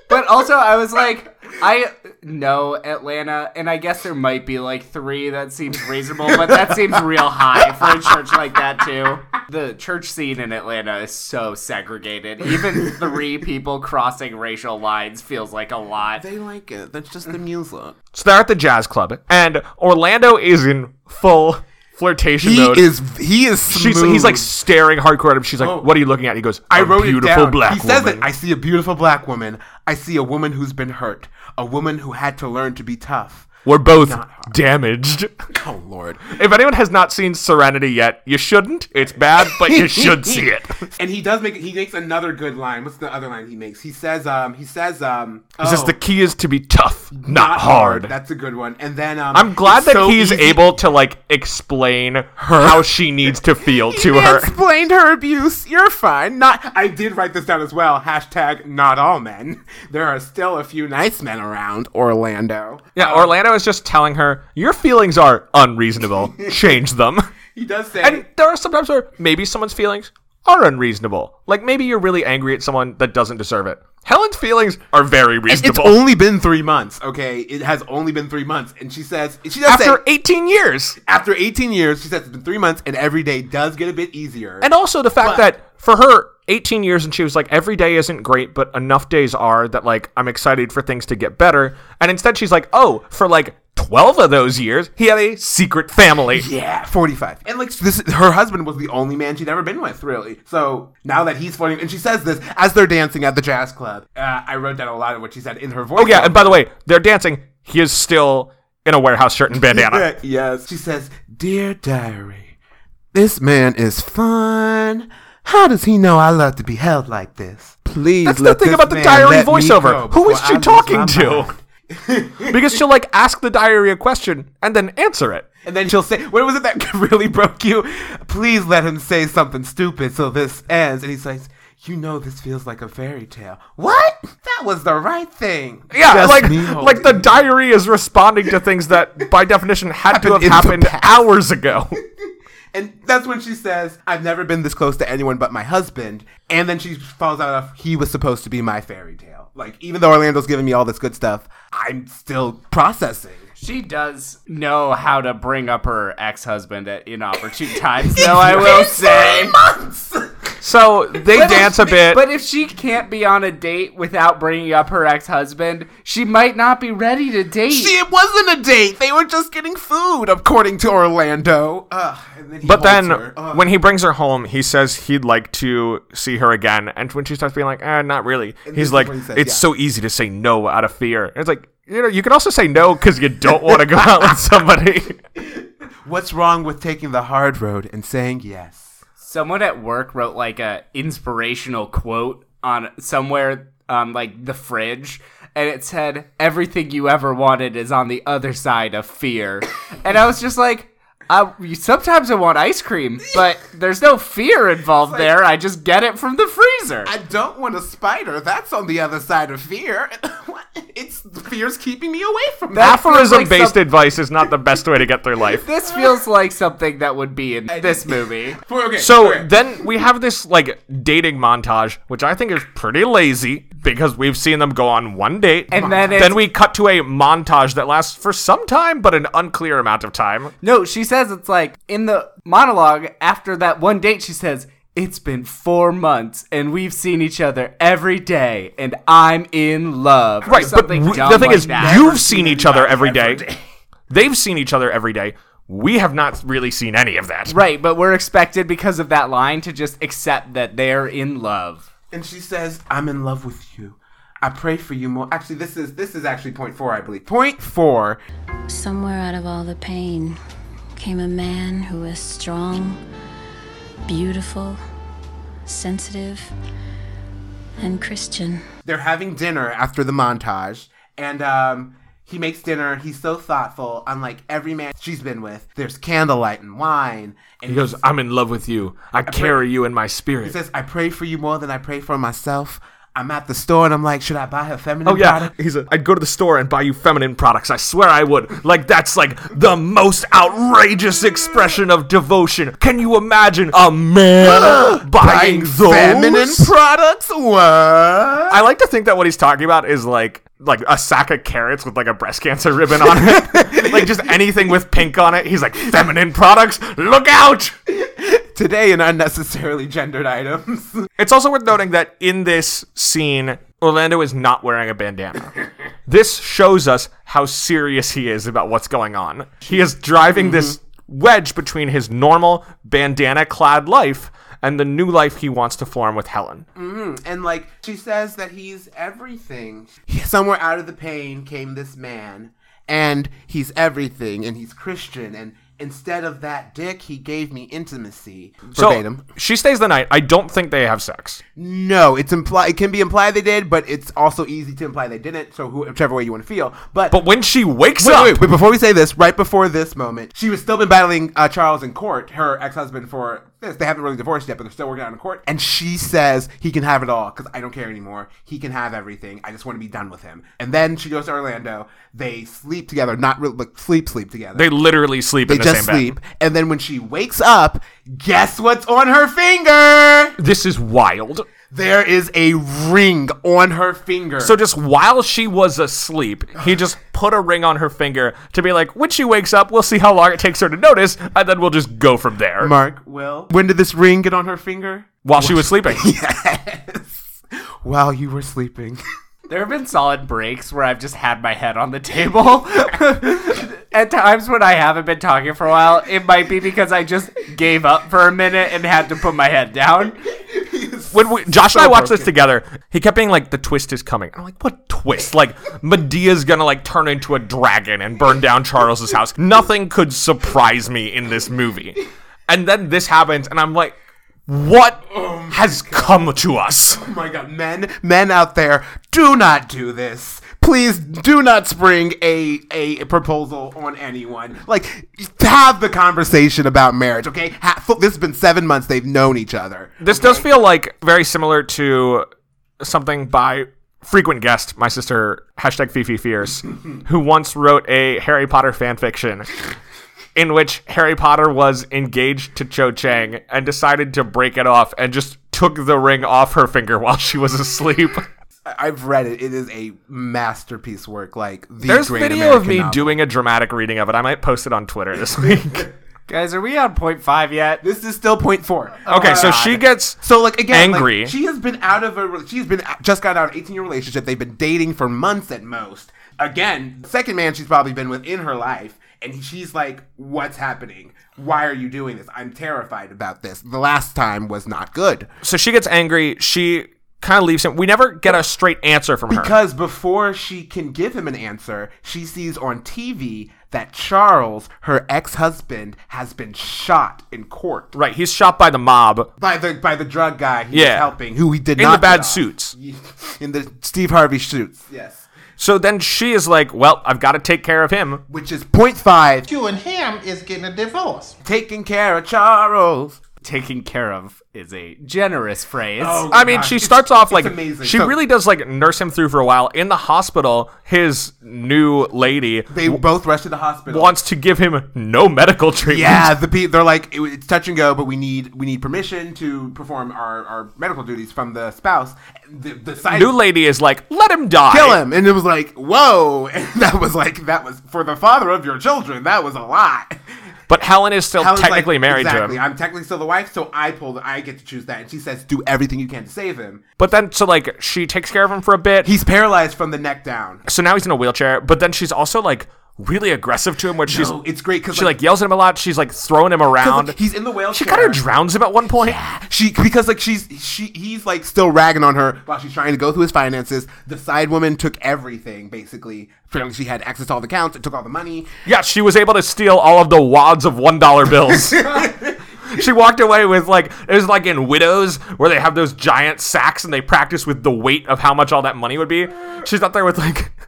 S2: but also I was like, I know Atlanta, and I guess there might be like three that seems reasonable, but that seems real high for a church like that too. The church scene in Atlanta is so segregated. Even three people crossing racial lines feels like a lot.
S1: They like it. That's just the music.
S3: So they're at the jazz club, and Orlando is in full flirtation
S1: He
S3: mode.
S1: is. He is. Smooth.
S3: She's, he's like staring hardcore at him. She's like, "What are you looking at?" He goes,
S1: I
S3: "A
S1: wrote
S3: beautiful
S1: it down.
S3: black
S1: he says
S3: woman."
S1: it. I see a beautiful black woman. I see a woman who's been hurt. A woman who had to learn to be tough.
S3: We're both damaged.
S1: Oh Lord.
S3: If anyone has not seen Serenity yet, you shouldn't. It's bad,
S1: [LAUGHS]
S3: but you should see it.
S1: And he does make. He makes another good line. What's the other line he makes? He says. Um. He says. Um. He [LAUGHS]
S3: He says the key is to be tough, not, hard.
S1: That's a good one. And then. Um,
S3: I'm glad
S1: it's
S3: that
S1: so
S3: he's
S1: easy-
S3: able to like explain how she needs to
S1: [LAUGHS]
S3: feel to
S1: He
S3: her.
S1: explained her abuse. You're fine. Not. I did write this down as well. Hashtag not all men. [LAUGHS] There are still a few nice men around Orlando.
S3: Yeah, Orlando is just telling her your feelings are
S1: [LAUGHS]
S3: unreasonable. Change them.
S1: He does say.
S3: And there are sometimes where maybe someone's feelings are unreasonable. Like maybe you're really angry at someone that doesn't deserve it. Helen's feelings are very
S1: It's
S3: reasonable.
S1: only been three months, okay? It has only been three months. And she says, she does
S3: after
S1: say,
S3: 18 years.
S1: after 18 years, she says it's been three months and every day does get a bit easier.
S3: And also the
S1: But-
S3: fact that for her, 18 years, and she was like, every day isn't great, but enough days are that, like, I'm excited for things to get better. And instead, she's like, oh, for like 12 of those years, he had a secret family.
S1: yeah, 45. And like this her husband was the only man she'd ever been with, really. So now that he's flirting, and she says this as they're dancing at the jazz club. Uh, I wrote down a lot of what she said in her voice.
S3: Oh, yeah. And by the way, they're dancing. He is still in a warehouse shirt and bandana.
S1: yes. She says, Dear diary, this man is fun. How does he know I love to be held like this? Please
S3: That's the
S1: let
S3: thing
S1: this
S3: about the
S1: man
S3: diary
S1: let me
S3: voiceover.
S1: go
S3: Who is
S1: before
S3: she
S1: I lose
S3: talking
S1: my
S3: to?
S1: mind."
S3: [LAUGHS] because she'll, like, ask the diary a question and then answer it.
S1: And then she'll say, What was it that [LAUGHS] really broke you? Please let him say something stupid so this ends. And he's like, You know, this feels like a fairy tale. What? That was the right thing.
S3: Yeah,
S1: Just
S3: like
S1: me holding-
S3: like the diary is responding to things that by definition had to have
S1: Happened in
S3: happened
S1: the [LAUGHS]
S3: hours ago.
S1: And that's when she says, I've never been this close to anyone but my husband. And then she falls out of, He was supposed to be my fairy tale. Like, even though Orlando's giving me all this good stuff, I'm still processing.
S2: She does know how to bring up her ex husband at inopportune times, though I will say.
S1: Months!
S3: So they
S2: But if-
S3: dance a bit.
S2: But if she can't be on a date without bringing up her ex husband, she might not be ready to date.
S1: See, it wasn't a date. They were just getting food, according to Orlando. Ugh, and then he
S3: But
S1: holds
S3: then
S1: her. Ugh.
S3: when he brings her home, he says he'd like to see her again. And when she starts being like, eh, not really,
S1: this
S3: he's
S1: is
S3: like,
S1: what he says,
S3: it's
S1: yeah.
S3: so easy to say no out of fear. And it's like, you know, you can also say no because you don't want to go out
S1: [LAUGHS]
S3: with somebody.
S1: What's wrong with taking the hard road and saying yes?
S2: Someone at work wrote like a inspirational quote on somewhere on like the fridge and it said everything you ever wanted is on the other side of fear. and I was just like I, sometimes I want ice cream, but there's no fear involved there. I just get it from the freezer.
S1: I don't want a spider. That's on the other side of fear. [LAUGHS] What? it's fear's keeping me away from that.
S2: feels
S3: Aphorism
S2: like
S3: based
S2: some-
S3: advice is not the best way to get through life.
S2: this feels like something that would be in this movie.
S1: Okay,
S3: So
S1: okay.
S3: then we have this like dating montage, which I think is pretty lazy because we've seen them go on one date,
S2: And then it's-
S3: then we cut to a montage that lasts for some time, but an unclear amount of time.
S2: No, she says it's like in the monologue after that one date, she says, It's been four months and we've seen each other every day and I'm in love. or
S3: Right, but
S2: something
S3: we-
S2: dumb
S3: the thing
S2: like
S3: is,
S2: that.
S3: you've seen each other every day. [LAUGHS] They've seen each other every day. We have not really seen any of that.
S2: Right, but we're expected because of that line to just accept that they're in love.
S1: and she says, "I'm in love with you. I pray for you more." Actually, this is this is actually point four, I believe. Point four.
S7: Somewhere out of all the pain came a man who was strong, beautiful, sensitive, and Christian.
S1: They're having dinner after the montage, and um, he makes dinner. He's so thoughtful, unlike every man she's been with. There's candlelight and wine, and
S3: He goes, I'm in love with you. I carry you in my spirit.
S1: says, "I pray for you more than I pray for myself." I'm at the store and I'm like, "Should I buy a feminine
S3: Oh yeah,
S1: product?"
S3: he's a. I'd go to the store and buy you feminine products. I swear I would. Like that's like the most outrageous expression of devotion. Can you imagine a man [GASPS] buying
S1: Buying
S3: those? [LAUGHS]
S1: feminine products? What?
S3: I like to think that what he's talking about is like like a sack of carrots with like a breast cancer ribbon
S1: [LAUGHS]
S3: on it, like just anything with pink on it. He's like feminine products. Look out!
S1: Today in unnecessarily gendered items. [LAUGHS]
S3: It's also worth noting that in this scene, Orlando is not wearing a bandana. this shows us how serious he is about what's going on. He is driving this
S1: Mm-hmm.
S3: wedge between his normal bandana clad life and the new life he wants to form with Helen.
S1: Mm. and like she says that he's everything. Somewhere out of the pain came this man, and he's everything, and he's Christian, and instead of that dick, he gave me intimacy.
S3: So
S1: Verbatim.
S3: she stays the night. I don't think they have sex.
S1: No, it's imply. It can be implied they did, but it's also easy to imply they didn't. So who- whichever way you want to feel, but.
S3: But when she wakes
S1: Wait,
S3: up,
S1: wait, wait, before we say this, right before this moment, she was still been battling uh, Charles in court, her ex husband, for this. They haven't really divorced yet, but they're still working out in court. And she says, he can have it all because I don't care anymore. He can have everything. I just want to be done with him. And then she goes to Orlando. They sleep together, not really, like sleep, sleep together.
S3: they literally sleep
S1: They
S3: in the
S1: just
S3: same
S1: sleep.
S3: bed.
S1: And then when she wakes up, guess what's on her finger?
S3: This is wild.
S1: There is a ring on her finger.
S3: So just while she was asleep, he just put a ring on her finger to be like, when she wakes up, we'll see how long it takes her to notice, and then we'll just go from there.
S1: Mark, Will, when did this ring get on her finger?
S3: While she
S1: [LAUGHS]
S3: was sleeping.
S1: Yes. While you were sleeping. [LAUGHS]
S2: There have been solid breaks where I've just had my head on the table. [LAUGHS] At times when I haven't been talking for a while, it might be because I just gave up for a minute and had to put my head down.
S3: When we, Josh and I watched this together, he kept being like, the twist is coming. I'm like, what twist? Like, Medea's gonna like turn into a dragon and burn down Charles's house. Nothing could surprise me in this movie. And then this happens, and I'm like, what has come to us?
S1: Oh my god, men, men out there, do not do this. Please do not spring a a proposal on anyone. Like, have the conversation about marriage, okay? Ha- fo- this has been seven months; they've known each other.
S3: This does feel like very similar to something by frequent guest, my sister, hashtag Fifi Fierce, who once wrote a Harry Potter fanfiction in which Harry Potter was engaged to Cho Chang and decided to break it off and just took the ring off her finger while she was
S1: [LAUGHS]
S3: asleep.
S1: I- I've read it; it is a masterpiece work. Like, the
S3: There's
S1: great
S3: video of
S1: American
S3: me
S1: novel. [LAUGHS]
S3: doing a dramatic reading of it. I might post it on Twitter this week.
S2: Guys, are we on point five yet?
S1: This is still point four.
S3: Okay,
S1: Uh,
S3: so she gets
S1: So like again, like,
S3: Angry.
S1: she has been out of a. She's been just got out of an eighteen year relationship. They've been dating for months at most. Again, second man she's probably been with in her life, and she's like, "What's happening? Why are you doing this? I'm terrified about this. The last time was not good."
S3: so she gets angry. She kind of leaves him. We never get a straight answer from her.
S1: Because before she can give him an answer, she sees on TV that Charles, her ex husband, has been shot in court
S3: right, he's shot by the mob
S1: by the by the drug guy he was
S3: Yeah.
S1: helping, who he did
S3: in
S1: not
S3: the bad
S1: get off.
S3: suits.
S1: [LAUGHS] in the Steve Harvey suits. Yes,
S3: So then she is like, "Well, I've got to take care of him."
S1: which is point five,
S4: You and him is getting a divorce.
S1: taking care of Charles.
S2: Taking care of is a generous phrase.
S1: Oh
S3: I mean, she starts off like
S1: amazing.
S3: she
S1: So-
S3: really does like nurse him through for a while in the hospital. His new lady
S1: They both rush to the hospital.
S3: wants to give him no medical treatment.
S1: yeah, the pe- they're like "It- it's touch and go, but we need we need permission to perform our, our medical duties from the spouse. The, the side
S3: new lady is like, "Let him die."
S1: kill him, and it was like whoa, [LAUGHS] and that was like that was for the father of your children. That was a lot.
S3: But Helen is still
S1: Helen's
S3: technically
S1: like,
S3: married
S1: exactly,
S3: to him.
S1: I'm technically still the wife, so I pulled. I get to choose that, and she says, "Do everything you can to save him."
S3: But then, so like, she takes care of him for a bit.
S1: He's paralyzed from the neck down.
S3: so now he's in a wheelchair. But then she's also like really aggressive to him, where she's
S1: No, it's great because
S3: she like, yells at him a lot. She's like throwing him around.
S1: he's in the wheelchair.
S3: She kind of drowns him at one point.
S1: She because like she's she he's like still ragging on her while she's trying to go through his finances. The side woman took everything basically. Apparently she had access to all the accounts and took all the money.
S3: Yeah, she was able to steal all of the wads of one
S1: [LAUGHS]
S3: dollar bills. she walked away with like it was like in Widows where they have those giant sacks and they practice with the weight of how much all that money would be. She's out there with like [LAUGHS]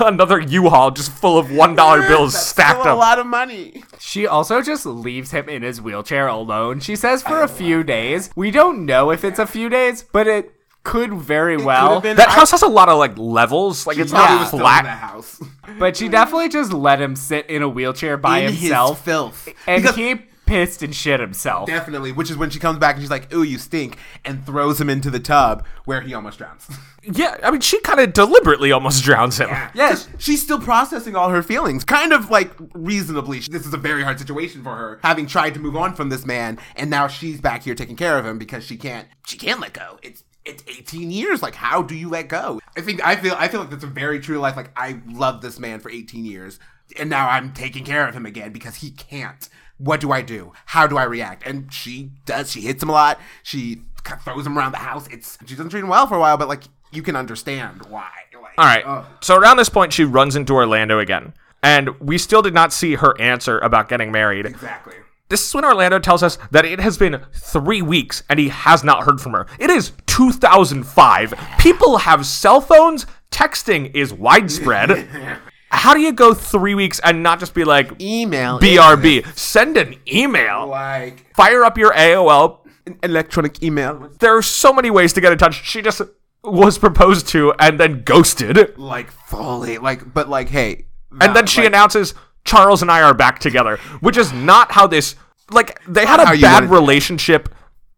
S3: another U-Haul just full of one dollar bills
S1: That's
S3: stacked
S1: still a
S3: up.
S1: lot of money.
S2: She also just leaves him in his wheelchair alone. She says for a few days. We don't know if it's a few days, but it could very well.
S1: could've been-
S3: That house has a lot of like levels. Like it's
S1: Probably
S3: not
S1: was still in the
S3: flat.
S1: house
S2: But she definitely just let him sit in a wheelchair by
S1: In his
S2: himself.
S1: filth.
S2: and
S1: Because-
S2: he pissed and shit himself.
S1: Definitely, which is when she comes back and she's like, "Ooh, you stink," and throws him into the tub where he almost drowns. [LAUGHS]
S3: Yeah, I mean she kind of deliberately almost drowns him.
S1: Yes, she's still processing all her feelings, kind of like reasonably. This is a very hard situation for her, having tried to move on from this man, and now she's back here taking care of him because she can't. She can't let go. It's it's 18 years. Like, how do you let go? I think I feel I feel like that's a very true life. Like, I loved this man for 18 years, and now I'm taking care of him again because he can't. What do I do? How do I react? And she does. She hits him a lot. She throws him around the house. It's she doesn't treat him well for a while, but like you can understand why. Like, oh,
S3: All right.
S1: ugh.
S3: So around this point, she runs into Orlando again, and we still did not see her answer about getting married.
S1: Exactly.
S3: This is when Orlando tells us that it has been three weeks and he has not heard from her. It is 2005. People have cell phones. Texting is widespread. How do you go three weeks and not just be like,
S1: E-, Email.
S3: BRB? Send an email.
S1: Like
S3: Fire up your AOL.
S1: an electronic email.
S3: There are so many ways to get in touch. She just was proposed to and then ghosted.
S1: Like fully. Like, but like, hey.
S3: And then she announces Charles and I are back together, which is not how this like they had
S1: Not how
S3: a
S1: you
S3: bad
S1: wanted it.
S3: relationship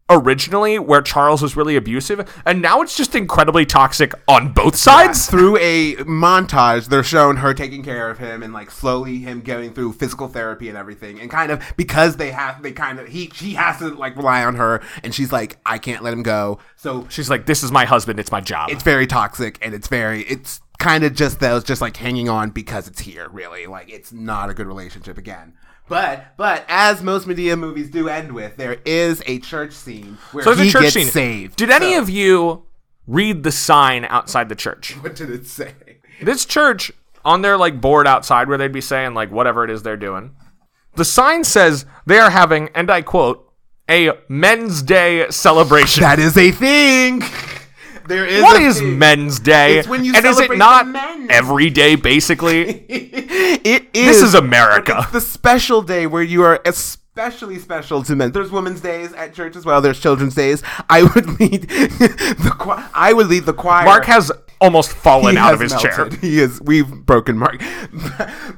S3: originally where Charles was really abusive, and now it's just incredibly toxic on both sides.
S1: Through a montage, they're shown her taking care of him and like slowly him going through physical therapy and everything. And kind of because they have, they kind of, he, she has to like rely on her and she's like, I can't let him go. So
S3: She's like, This is my husband, it's my job.
S1: it's very toxic and it's very, it's kind of just those, just like hanging on because it's here, really. Like, it's not a good relationship again. But, but as most Medea movies do end with, there is a church scene where
S3: so there's
S1: he
S3: a church
S1: gets
S3: scene.
S1: saved.
S3: Did any of you read the sign outside the church?
S1: What did it say?
S3: This church on their like board outside where they'd be saying like whatever it is they're doing. The sign says they are having, and I quote, a men's day celebration.
S1: That is a thing. [LAUGHS] There is
S3: What
S1: a
S3: is
S1: thing.
S3: Men's Day?
S1: It's when you
S3: and is it
S1: celebrate
S3: not
S1: the men.
S3: every
S1: [LAUGHS]
S3: day, basically?
S1: [LAUGHS] It is.
S3: this is America.
S1: It's the special day where you are especially special to men. There's women's days at church as well. There's children's days. I would lead [LAUGHS] the choir. I would lead the choir.
S3: Mark has almost fallen
S1: He
S3: out of
S1: has
S3: his
S1: melted.
S3: chair.
S1: He is. We've broken Mark. [LAUGHS]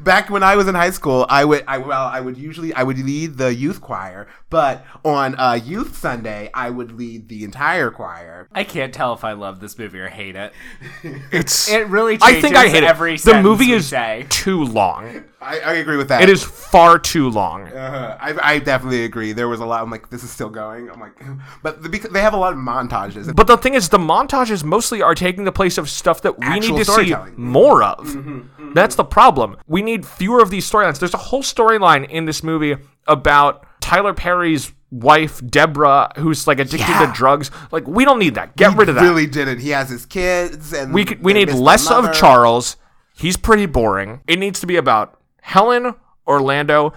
S1: Back when I was in high school, I would. I well, I would usually. I would lead the youth choir, but on uh, Youth Sunday, I would lead the entire choir.
S2: I can't tell if I love this movie or
S3: [LAUGHS]
S2: hate it.
S3: [LAUGHS] It's
S2: It really
S3: I think I
S2: changes
S3: hate
S2: every
S3: it. The
S2: sentence
S3: movie
S2: we
S3: is
S2: say.
S3: too long.
S1: I, I agree with that.
S3: It is far too long.
S1: Uh, I, I definitely agree. There was a lot. I'm like, this is still going. I'm like, [LAUGHS] but the, because they have a lot of montages.
S3: But the thing is, the montages mostly are taking the place of stuff that we
S1: Actual
S3: need to see
S1: storytelling. Mm-hmm.
S3: more of. That's the problem. We need fewer of these storylines. There's a whole storyline in this movie about Tyler Perry's wife, Deborah, who's like addicted
S1: Yeah.
S3: to drugs. Like, we don't need that. Get rid of that.
S1: Really didn't. He has his kids, and
S3: we could, we
S1: they
S3: need
S1: missed
S3: less
S1: another.
S3: of Charles. He's pretty boring. It needs to be about Helen, Orlando,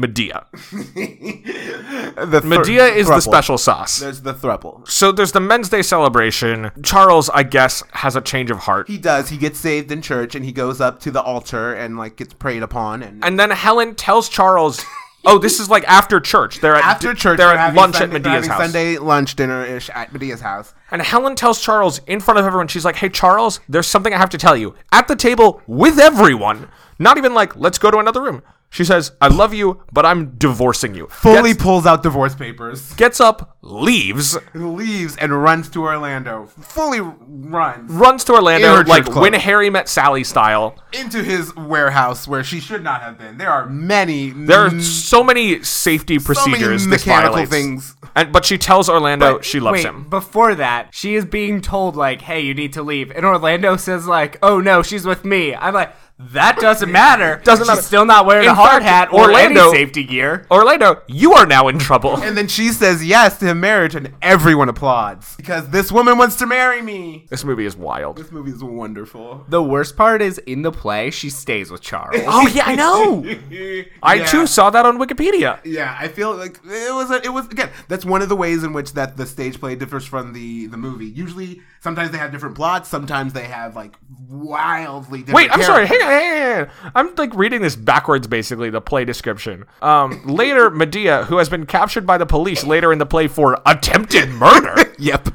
S1: [LAUGHS]
S3: Medea.
S1: The thir-
S3: Medea is the
S1: thruple.
S3: special sauce.
S1: There's the thruple.
S3: So there's the Men's Day celebration. Charles, I guess, has a change of heart.
S1: He does. He gets saved in church, and he goes up to the altar and like gets prayed upon. And,
S3: And then Helen
S1: [LAUGHS]
S3: tells Charles, "Oh, this is like after church. They're at
S1: after church,
S3: They're
S1: they're
S3: at
S1: having
S3: lunch
S1: Sunday,
S3: at
S1: they're
S3: Medea's
S1: having
S3: house."
S1: Sunday lunch dinner ish at Medea's house.
S3: And Helen tells Charles in front of everyone. She's like, "Hey, Charles, there's something I have to tell you at the table with everyone. Not even like let's go to another room." She says, "I love you, but I'm divorcing you."
S1: Fully
S3: gets,
S1: pulls out divorce papers,
S3: gets up, leaves,
S1: leaves, and runs to Orlando. Fully runs
S3: runs to
S1: In
S3: Orlando
S1: her church
S3: like
S1: clothes.
S3: when Harry met Sally style.
S1: into his warehouse where she should not have been. There are many.
S3: There are so Mm. many safety procedures this
S1: mechanical
S3: violates.
S1: things.
S3: And but she tells Orlando she loves
S2: Wait,
S3: him.
S2: before that, she is being told like, "Hey, you need to leave," and Orlando says like, "Oh no, she's with me." I'm like, that [LAUGHS] doesn't matter.
S3: Doesn't
S2: she's
S3: matter.
S2: Still not wearing
S3: In
S2: a hard
S3: fact,
S2: hat or
S3: Orlando-
S2: any safety gear.
S3: Orlando, you are now in trouble. [LAUGHS]
S1: And then she says yes to marriage, and everyone applauds because this woman wants to marry me.
S3: This movie is wild.
S1: This movie is wonderful.
S2: The worst part is in the play, she stays with Charles. [LAUGHS]
S3: Oh yeah, I know.
S1: [LAUGHS]
S3: I
S1: Yeah.
S3: too saw that on Wikipedia.
S1: Yeah, I feel like it was. A, it was again. That's one of the ways in which that the stage play differs from the the movie. Usually, sometimes they have different plots. Sometimes they have like wildly. different
S3: Wait, I'm sorry.
S1: characters.
S3: Hang on, hang on, hang on. I'm like reading this backwards, basically the play description. Um, later, Medea, who has been captured by the police later in the play for attempted murder,
S1: [LAUGHS] Yep.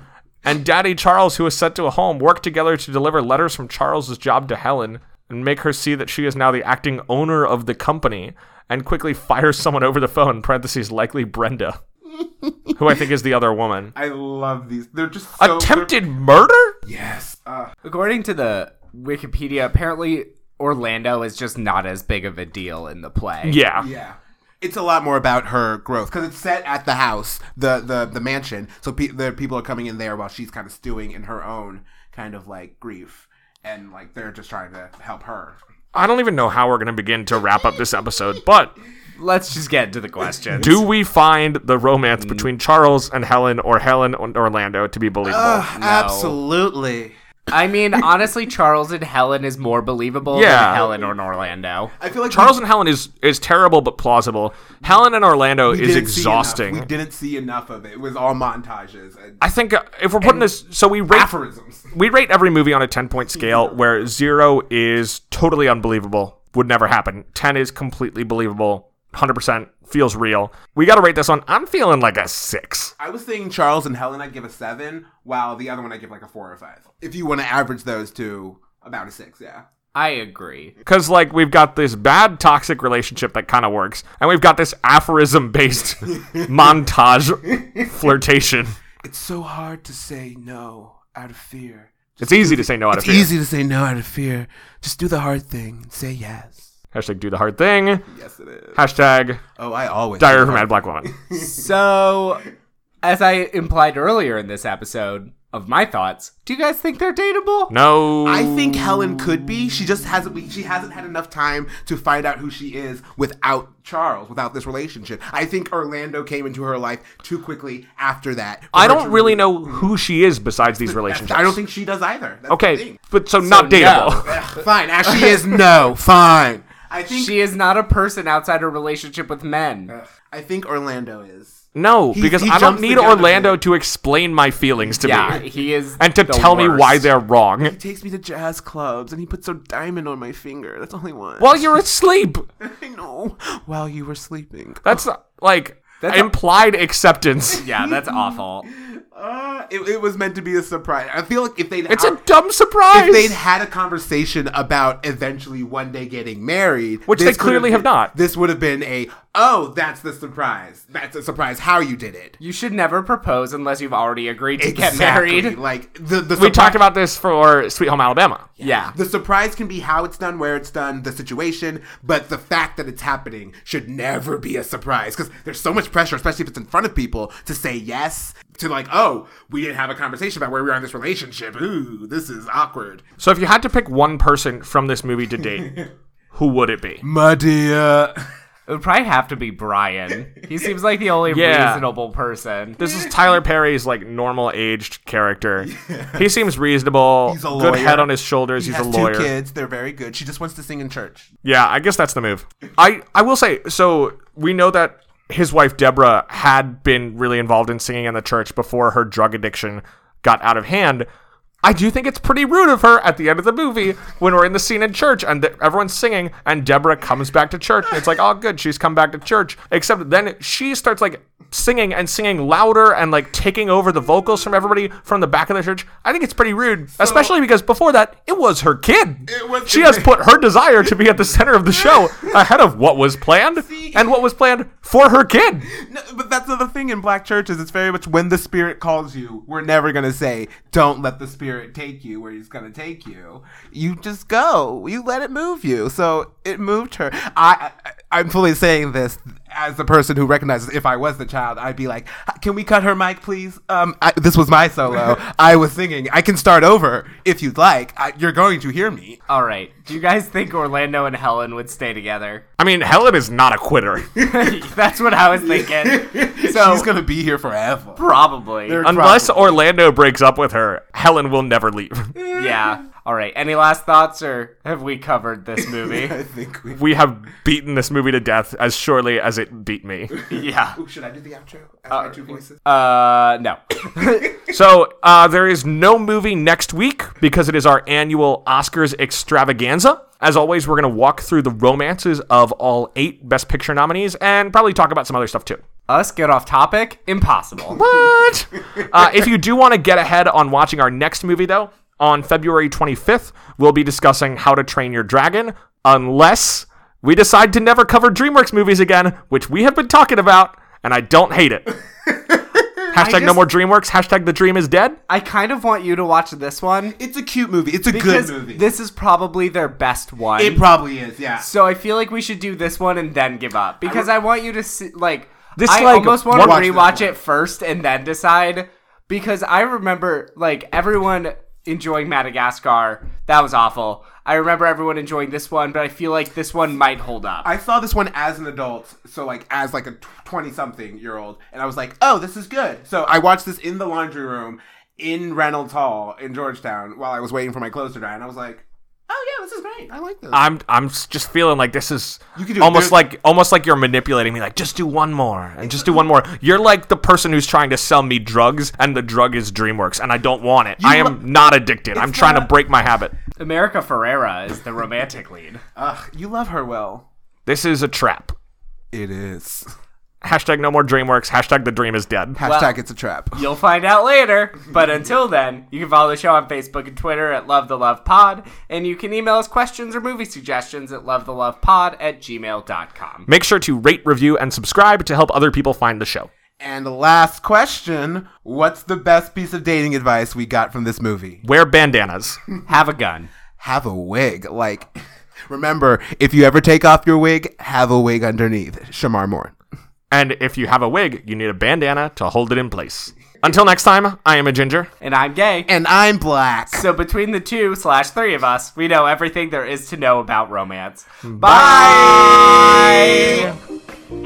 S3: and Daddy Charles, who is sent to a home, work together to deliver letters from Charles's job to Helen and make her see that she is now the acting owner of the company, and quickly fires someone over the phone. Parentheses, likely Brenda, who I think is the other woman.
S1: I love these. They're just so,
S3: attempted murder.
S1: they're- yes. Uh,
S2: According to the Wikipedia, apparently Orlando is just not as big of a deal in the play.
S3: Yeah.
S1: Yeah. It's a lot more about her growth because it's set at the house, the the, the mansion. So pe- the people are coming in there while she's kind of stewing in her own kind of like grief, and like they're just trying to help her.
S3: I don't even know how we're going to begin to wrap up this episode, but
S2: Let's just get to the question.
S3: do we find the romance
S1: Mm.
S3: between Charles and Helen or Helen and Orlando to be believable?
S1: Absolutely.
S2: I mean, honestly, Charles and Helen is more believable
S3: Yeah.
S2: than Helen or Orlando.
S1: I feel like
S3: Charles and Helen is is terrible but plausible. Helen and Orlando
S1: we
S3: is
S1: didn't see enough.
S3: exhausting.
S1: We didn't see enough of it. It was all montages and
S3: I think uh, if we're putting this, so we rate
S1: aphorisms. [LAUGHS]
S3: we rate every movie on a ten point scale, where zero is totally unbelievable, would never happen. Ten is completely believable, hundred percent feels real. We got to rate this one. I'm feeling like a six.
S1: I was thinking Charles and Helen, I'd give a seven, while the other one I give like a four or five. If you want to average those two, about a six, yeah.
S2: I agree.
S3: Because, like, we've got this bad toxic relationship that kind of works, and we've got this
S1: [LAUGHS]
S3: aphorism based montage flirtation.
S1: It's so hard to say no out of fear.
S3: It's easy to say no out of
S1: It's
S3: fear.
S1: easy to say no out of fear. Just do the hard thing and say yes.
S3: Hashtag do the hard thing.
S1: Yes, it is.
S3: Hashtag
S1: Oh, I always.
S3: diary of a mad
S1: [LAUGHS]
S3: black woman.
S2: So, as I implied earlier in this episode of my thoughts, do you guys think they're dateable?
S3: No.
S1: I think Helen could be. She just hasn't. She hasn't had enough time to find out who she is without Charles, without this relationship. I think Orlando came into her life too quickly after that. for
S3: I
S1: her
S3: don't
S1: to-
S3: really know who she is besides these
S1: [LAUGHS]
S3: relationships.
S1: I don't think she does either. That's the
S3: Okay,
S1: thing.
S3: but so, not
S2: no.
S3: dateable. [LAUGHS]
S1: Ugh, fine. As she is, no. Fine. I think.
S2: She is not a person outside her relationship with men.
S1: I think Orlando is.
S3: No,
S1: He-
S3: because
S1: he
S3: I don't
S1: jumps
S3: need
S1: the gun a
S3: Orlando
S1: bit.
S3: to explain my feelings to
S2: yeah,
S3: me
S2: he is.
S3: [LAUGHS] and to
S2: the
S3: tell me why
S2: worst.
S1: [LAUGHS]
S3: they're wrong.
S1: He takes me to jazz clubs and he puts a diamond on my finger. That's all he wants.
S3: While you're asleep,
S1: I know. While you were sleeping.
S3: that's not- like
S2: That's-
S1: [LAUGHS]
S3: implied acceptance.
S2: Yeah, that's awful.
S1: Uh, it, it was meant to be a surprise. I feel like if they'd
S3: It's a
S1: out-
S3: dumb surprise.
S1: if they'd had a conversation about eventually one day getting married,
S3: Which
S1: this
S3: they
S1: could
S3: clearly have
S1: been-
S3: not.
S1: This would have been a Oh, that's the surprise. That's a surprise how you did it.
S2: You should never propose unless you've already agreed to get married.
S1: Like the the
S3: We talked about this for Sweet Home Alabama.
S2: Yeah.
S1: the surprise can be how it's done, where it's done, the situation, but the fact that it's happening should never be a surprise because there's so much pressure, especially if it's in front of people, to say yes. To like, oh, we didn't have a conversation about where we are in this relationship. Ooh, this is awkward.
S3: So if you had to pick one person from this movie
S1: [LAUGHS]
S3: to date, who would it be?
S1: My dear.
S2: It would probably have to be Brian. He seems like the only
S3: Yeah.
S2: reasonable person.
S3: This is Tyler Perry's like normal
S1: [LAUGHS]
S3: aged character. He seems reasonable.
S1: He's a
S3: Good
S1: lawyer.
S3: head on his shoulders.
S1: He
S3: He's
S1: has
S3: a lawyer.
S1: two kids. They're very good. She just wants to sing in church.
S3: Yeah, I guess that's the move. I, I will say so we know that his wife Deborah had been really involved in singing in the church before her drug addiction got out of hand. I do think it's pretty rude of her at the end of the movie when we're in the scene in church and th- everyone's singing and Deborah comes back to church. It's like, oh, good, she's come back to church. Except then she starts like singing and singing louder and like taking over the vocals from everybody from the back of the church. I think it's pretty rude, especially because before that it was her kid.
S1: It was [LAUGHS]
S3: she
S1: the
S3: has
S1: kid.
S3: put her desire to be at the center of the show ahead of what was planned and what was planned for her kid.
S1: No, but that's the thing in black churches. It's very much when the spirit calls you. We're never gonna say, "Don't let the spirit take you where he's gonna take you." You just go. You let it move you. So it moved her. I, I I'm fully saying this as the person who recognizes. If I was the child, I'd be like, "Can we cut her mic, please?" Um, I, this was my
S3: [LAUGHS]
S1: solo. I was singing. I can start over if you'd like. I, you're going to hear me.
S2: All right. Do you guys think Orlando and Helen would stay together?
S3: I mean, Helen is not
S1: [LAUGHS]
S3: a quitter.
S2: That's what I was
S3: [LAUGHS]
S2: thinking. So
S1: She's gonna be here forever.
S2: probably.
S3: Unless Orlando breaks up with her, Helen will never leave.
S2: yeah. All right. Any last thoughts, or have we covered this movie?
S1: I think we.
S3: we have beaten this movie to death as surely as it beat me.
S2: yeah.
S1: Should I do the outro? As my two voices.
S2: Uh, no. [COUGHS]
S3: so uh, there is no movie next week because it is our annual Oscars extravaganza. As always, we're going to walk through the romances of all eight Best Picture nominees and probably talk about some other stuff too.
S2: Us get off topic? Impossible.
S3: What? uh, if you do want to get ahead on watching our next movie, though, on February 25th, we'll be discussing How to Train Your Dragon, unless we decide to never cover DreamWorks movies again, which we have been talking about, and I don't hate it. hashtag no
S2: just-
S3: more DreamWorks. Hashtag the dream is dead.
S2: I kind of want you to watch this one
S1: It's a cute movie. It's a
S2: because
S1: good movie.
S2: this is probably their best one.
S1: It probably is, yeah.
S2: So I feel like we should do this one and then give up because I, want you to see, like
S3: This,
S2: I
S3: like,
S2: almost want to
S1: watch this
S2: rewatch
S1: one.
S2: it first and then decide because I remember like everyone enjoying Madagascar. That was awful. I remember everyone enjoying this one, but I feel like this one might hold up.
S1: I saw this one as an adult, so like as like a twenty-something-year-old, and I was like, "Oh, this is good." So I watched this in the laundry room in Reynolds Hall in Georgetown while I was waiting for my clothes to dry, and I was like, "Oh yeah, this is great. I like this."
S3: I'm I'm s- just feeling like this is
S1: You could do it.
S3: almost
S1: There's-
S3: like almost like you're manipulating me. Like just do one more and just do one more. You're like the person who's trying to sell me drugs, and the drug is DreamWorks, and I don't want it. I am
S1: lo-
S3: not addicted. I'm trying to
S1: not-
S3: break my habit.
S2: America Ferrera is the romantic lead.
S1: Ugh, you love her well.
S3: This is a trap.
S1: It is.
S3: Hashtag no more DreamWorks. Hashtag the dream is dead.
S1: Hashtag
S2: Well-
S1: it's a trap.
S2: You'll find out later. But until then, you can follow the show on Facebook and Twitter at Love the Love Pod, and you can email us questions or movie suggestions at lovethelovepod at gmail.com.
S3: Make sure to rate, review, and subscribe to help other people find the show.
S1: And last question: What's the best piece of dating advice we got from this movie?
S3: Wear
S1: [LAUGHS]
S3: bandanas.
S2: Have a gun.
S1: have a wig. Like, [LAUGHS] remember, if you ever take off your wig, have a wig underneath. Shamar Moore.
S3: and if you have a wig, you need a bandana to hold it in place. Until next time, I am a ginger.
S2: And I'm gay.
S1: And I'm black.
S2: So between the two slash three of us, we know everything there is to know about romance. Bye.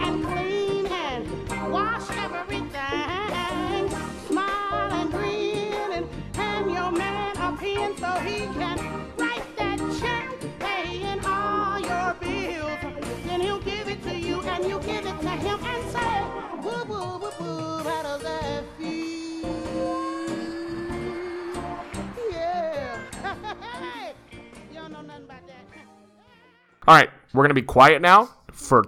S8: and clean and wash everything. Smile and grin and hand your man a pen so he can write that check paying all your bills. Then he'll give it to you and you give it to him and say, woo woo woo woo, how does that feel? Yeah. [LAUGHS] hey, you don't know nothing about that.
S3: All right, we're gonna be quiet now for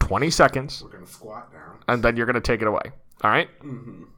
S3: 20 seconds,
S1: Squat down.
S3: and then you're gonna take it away. All right?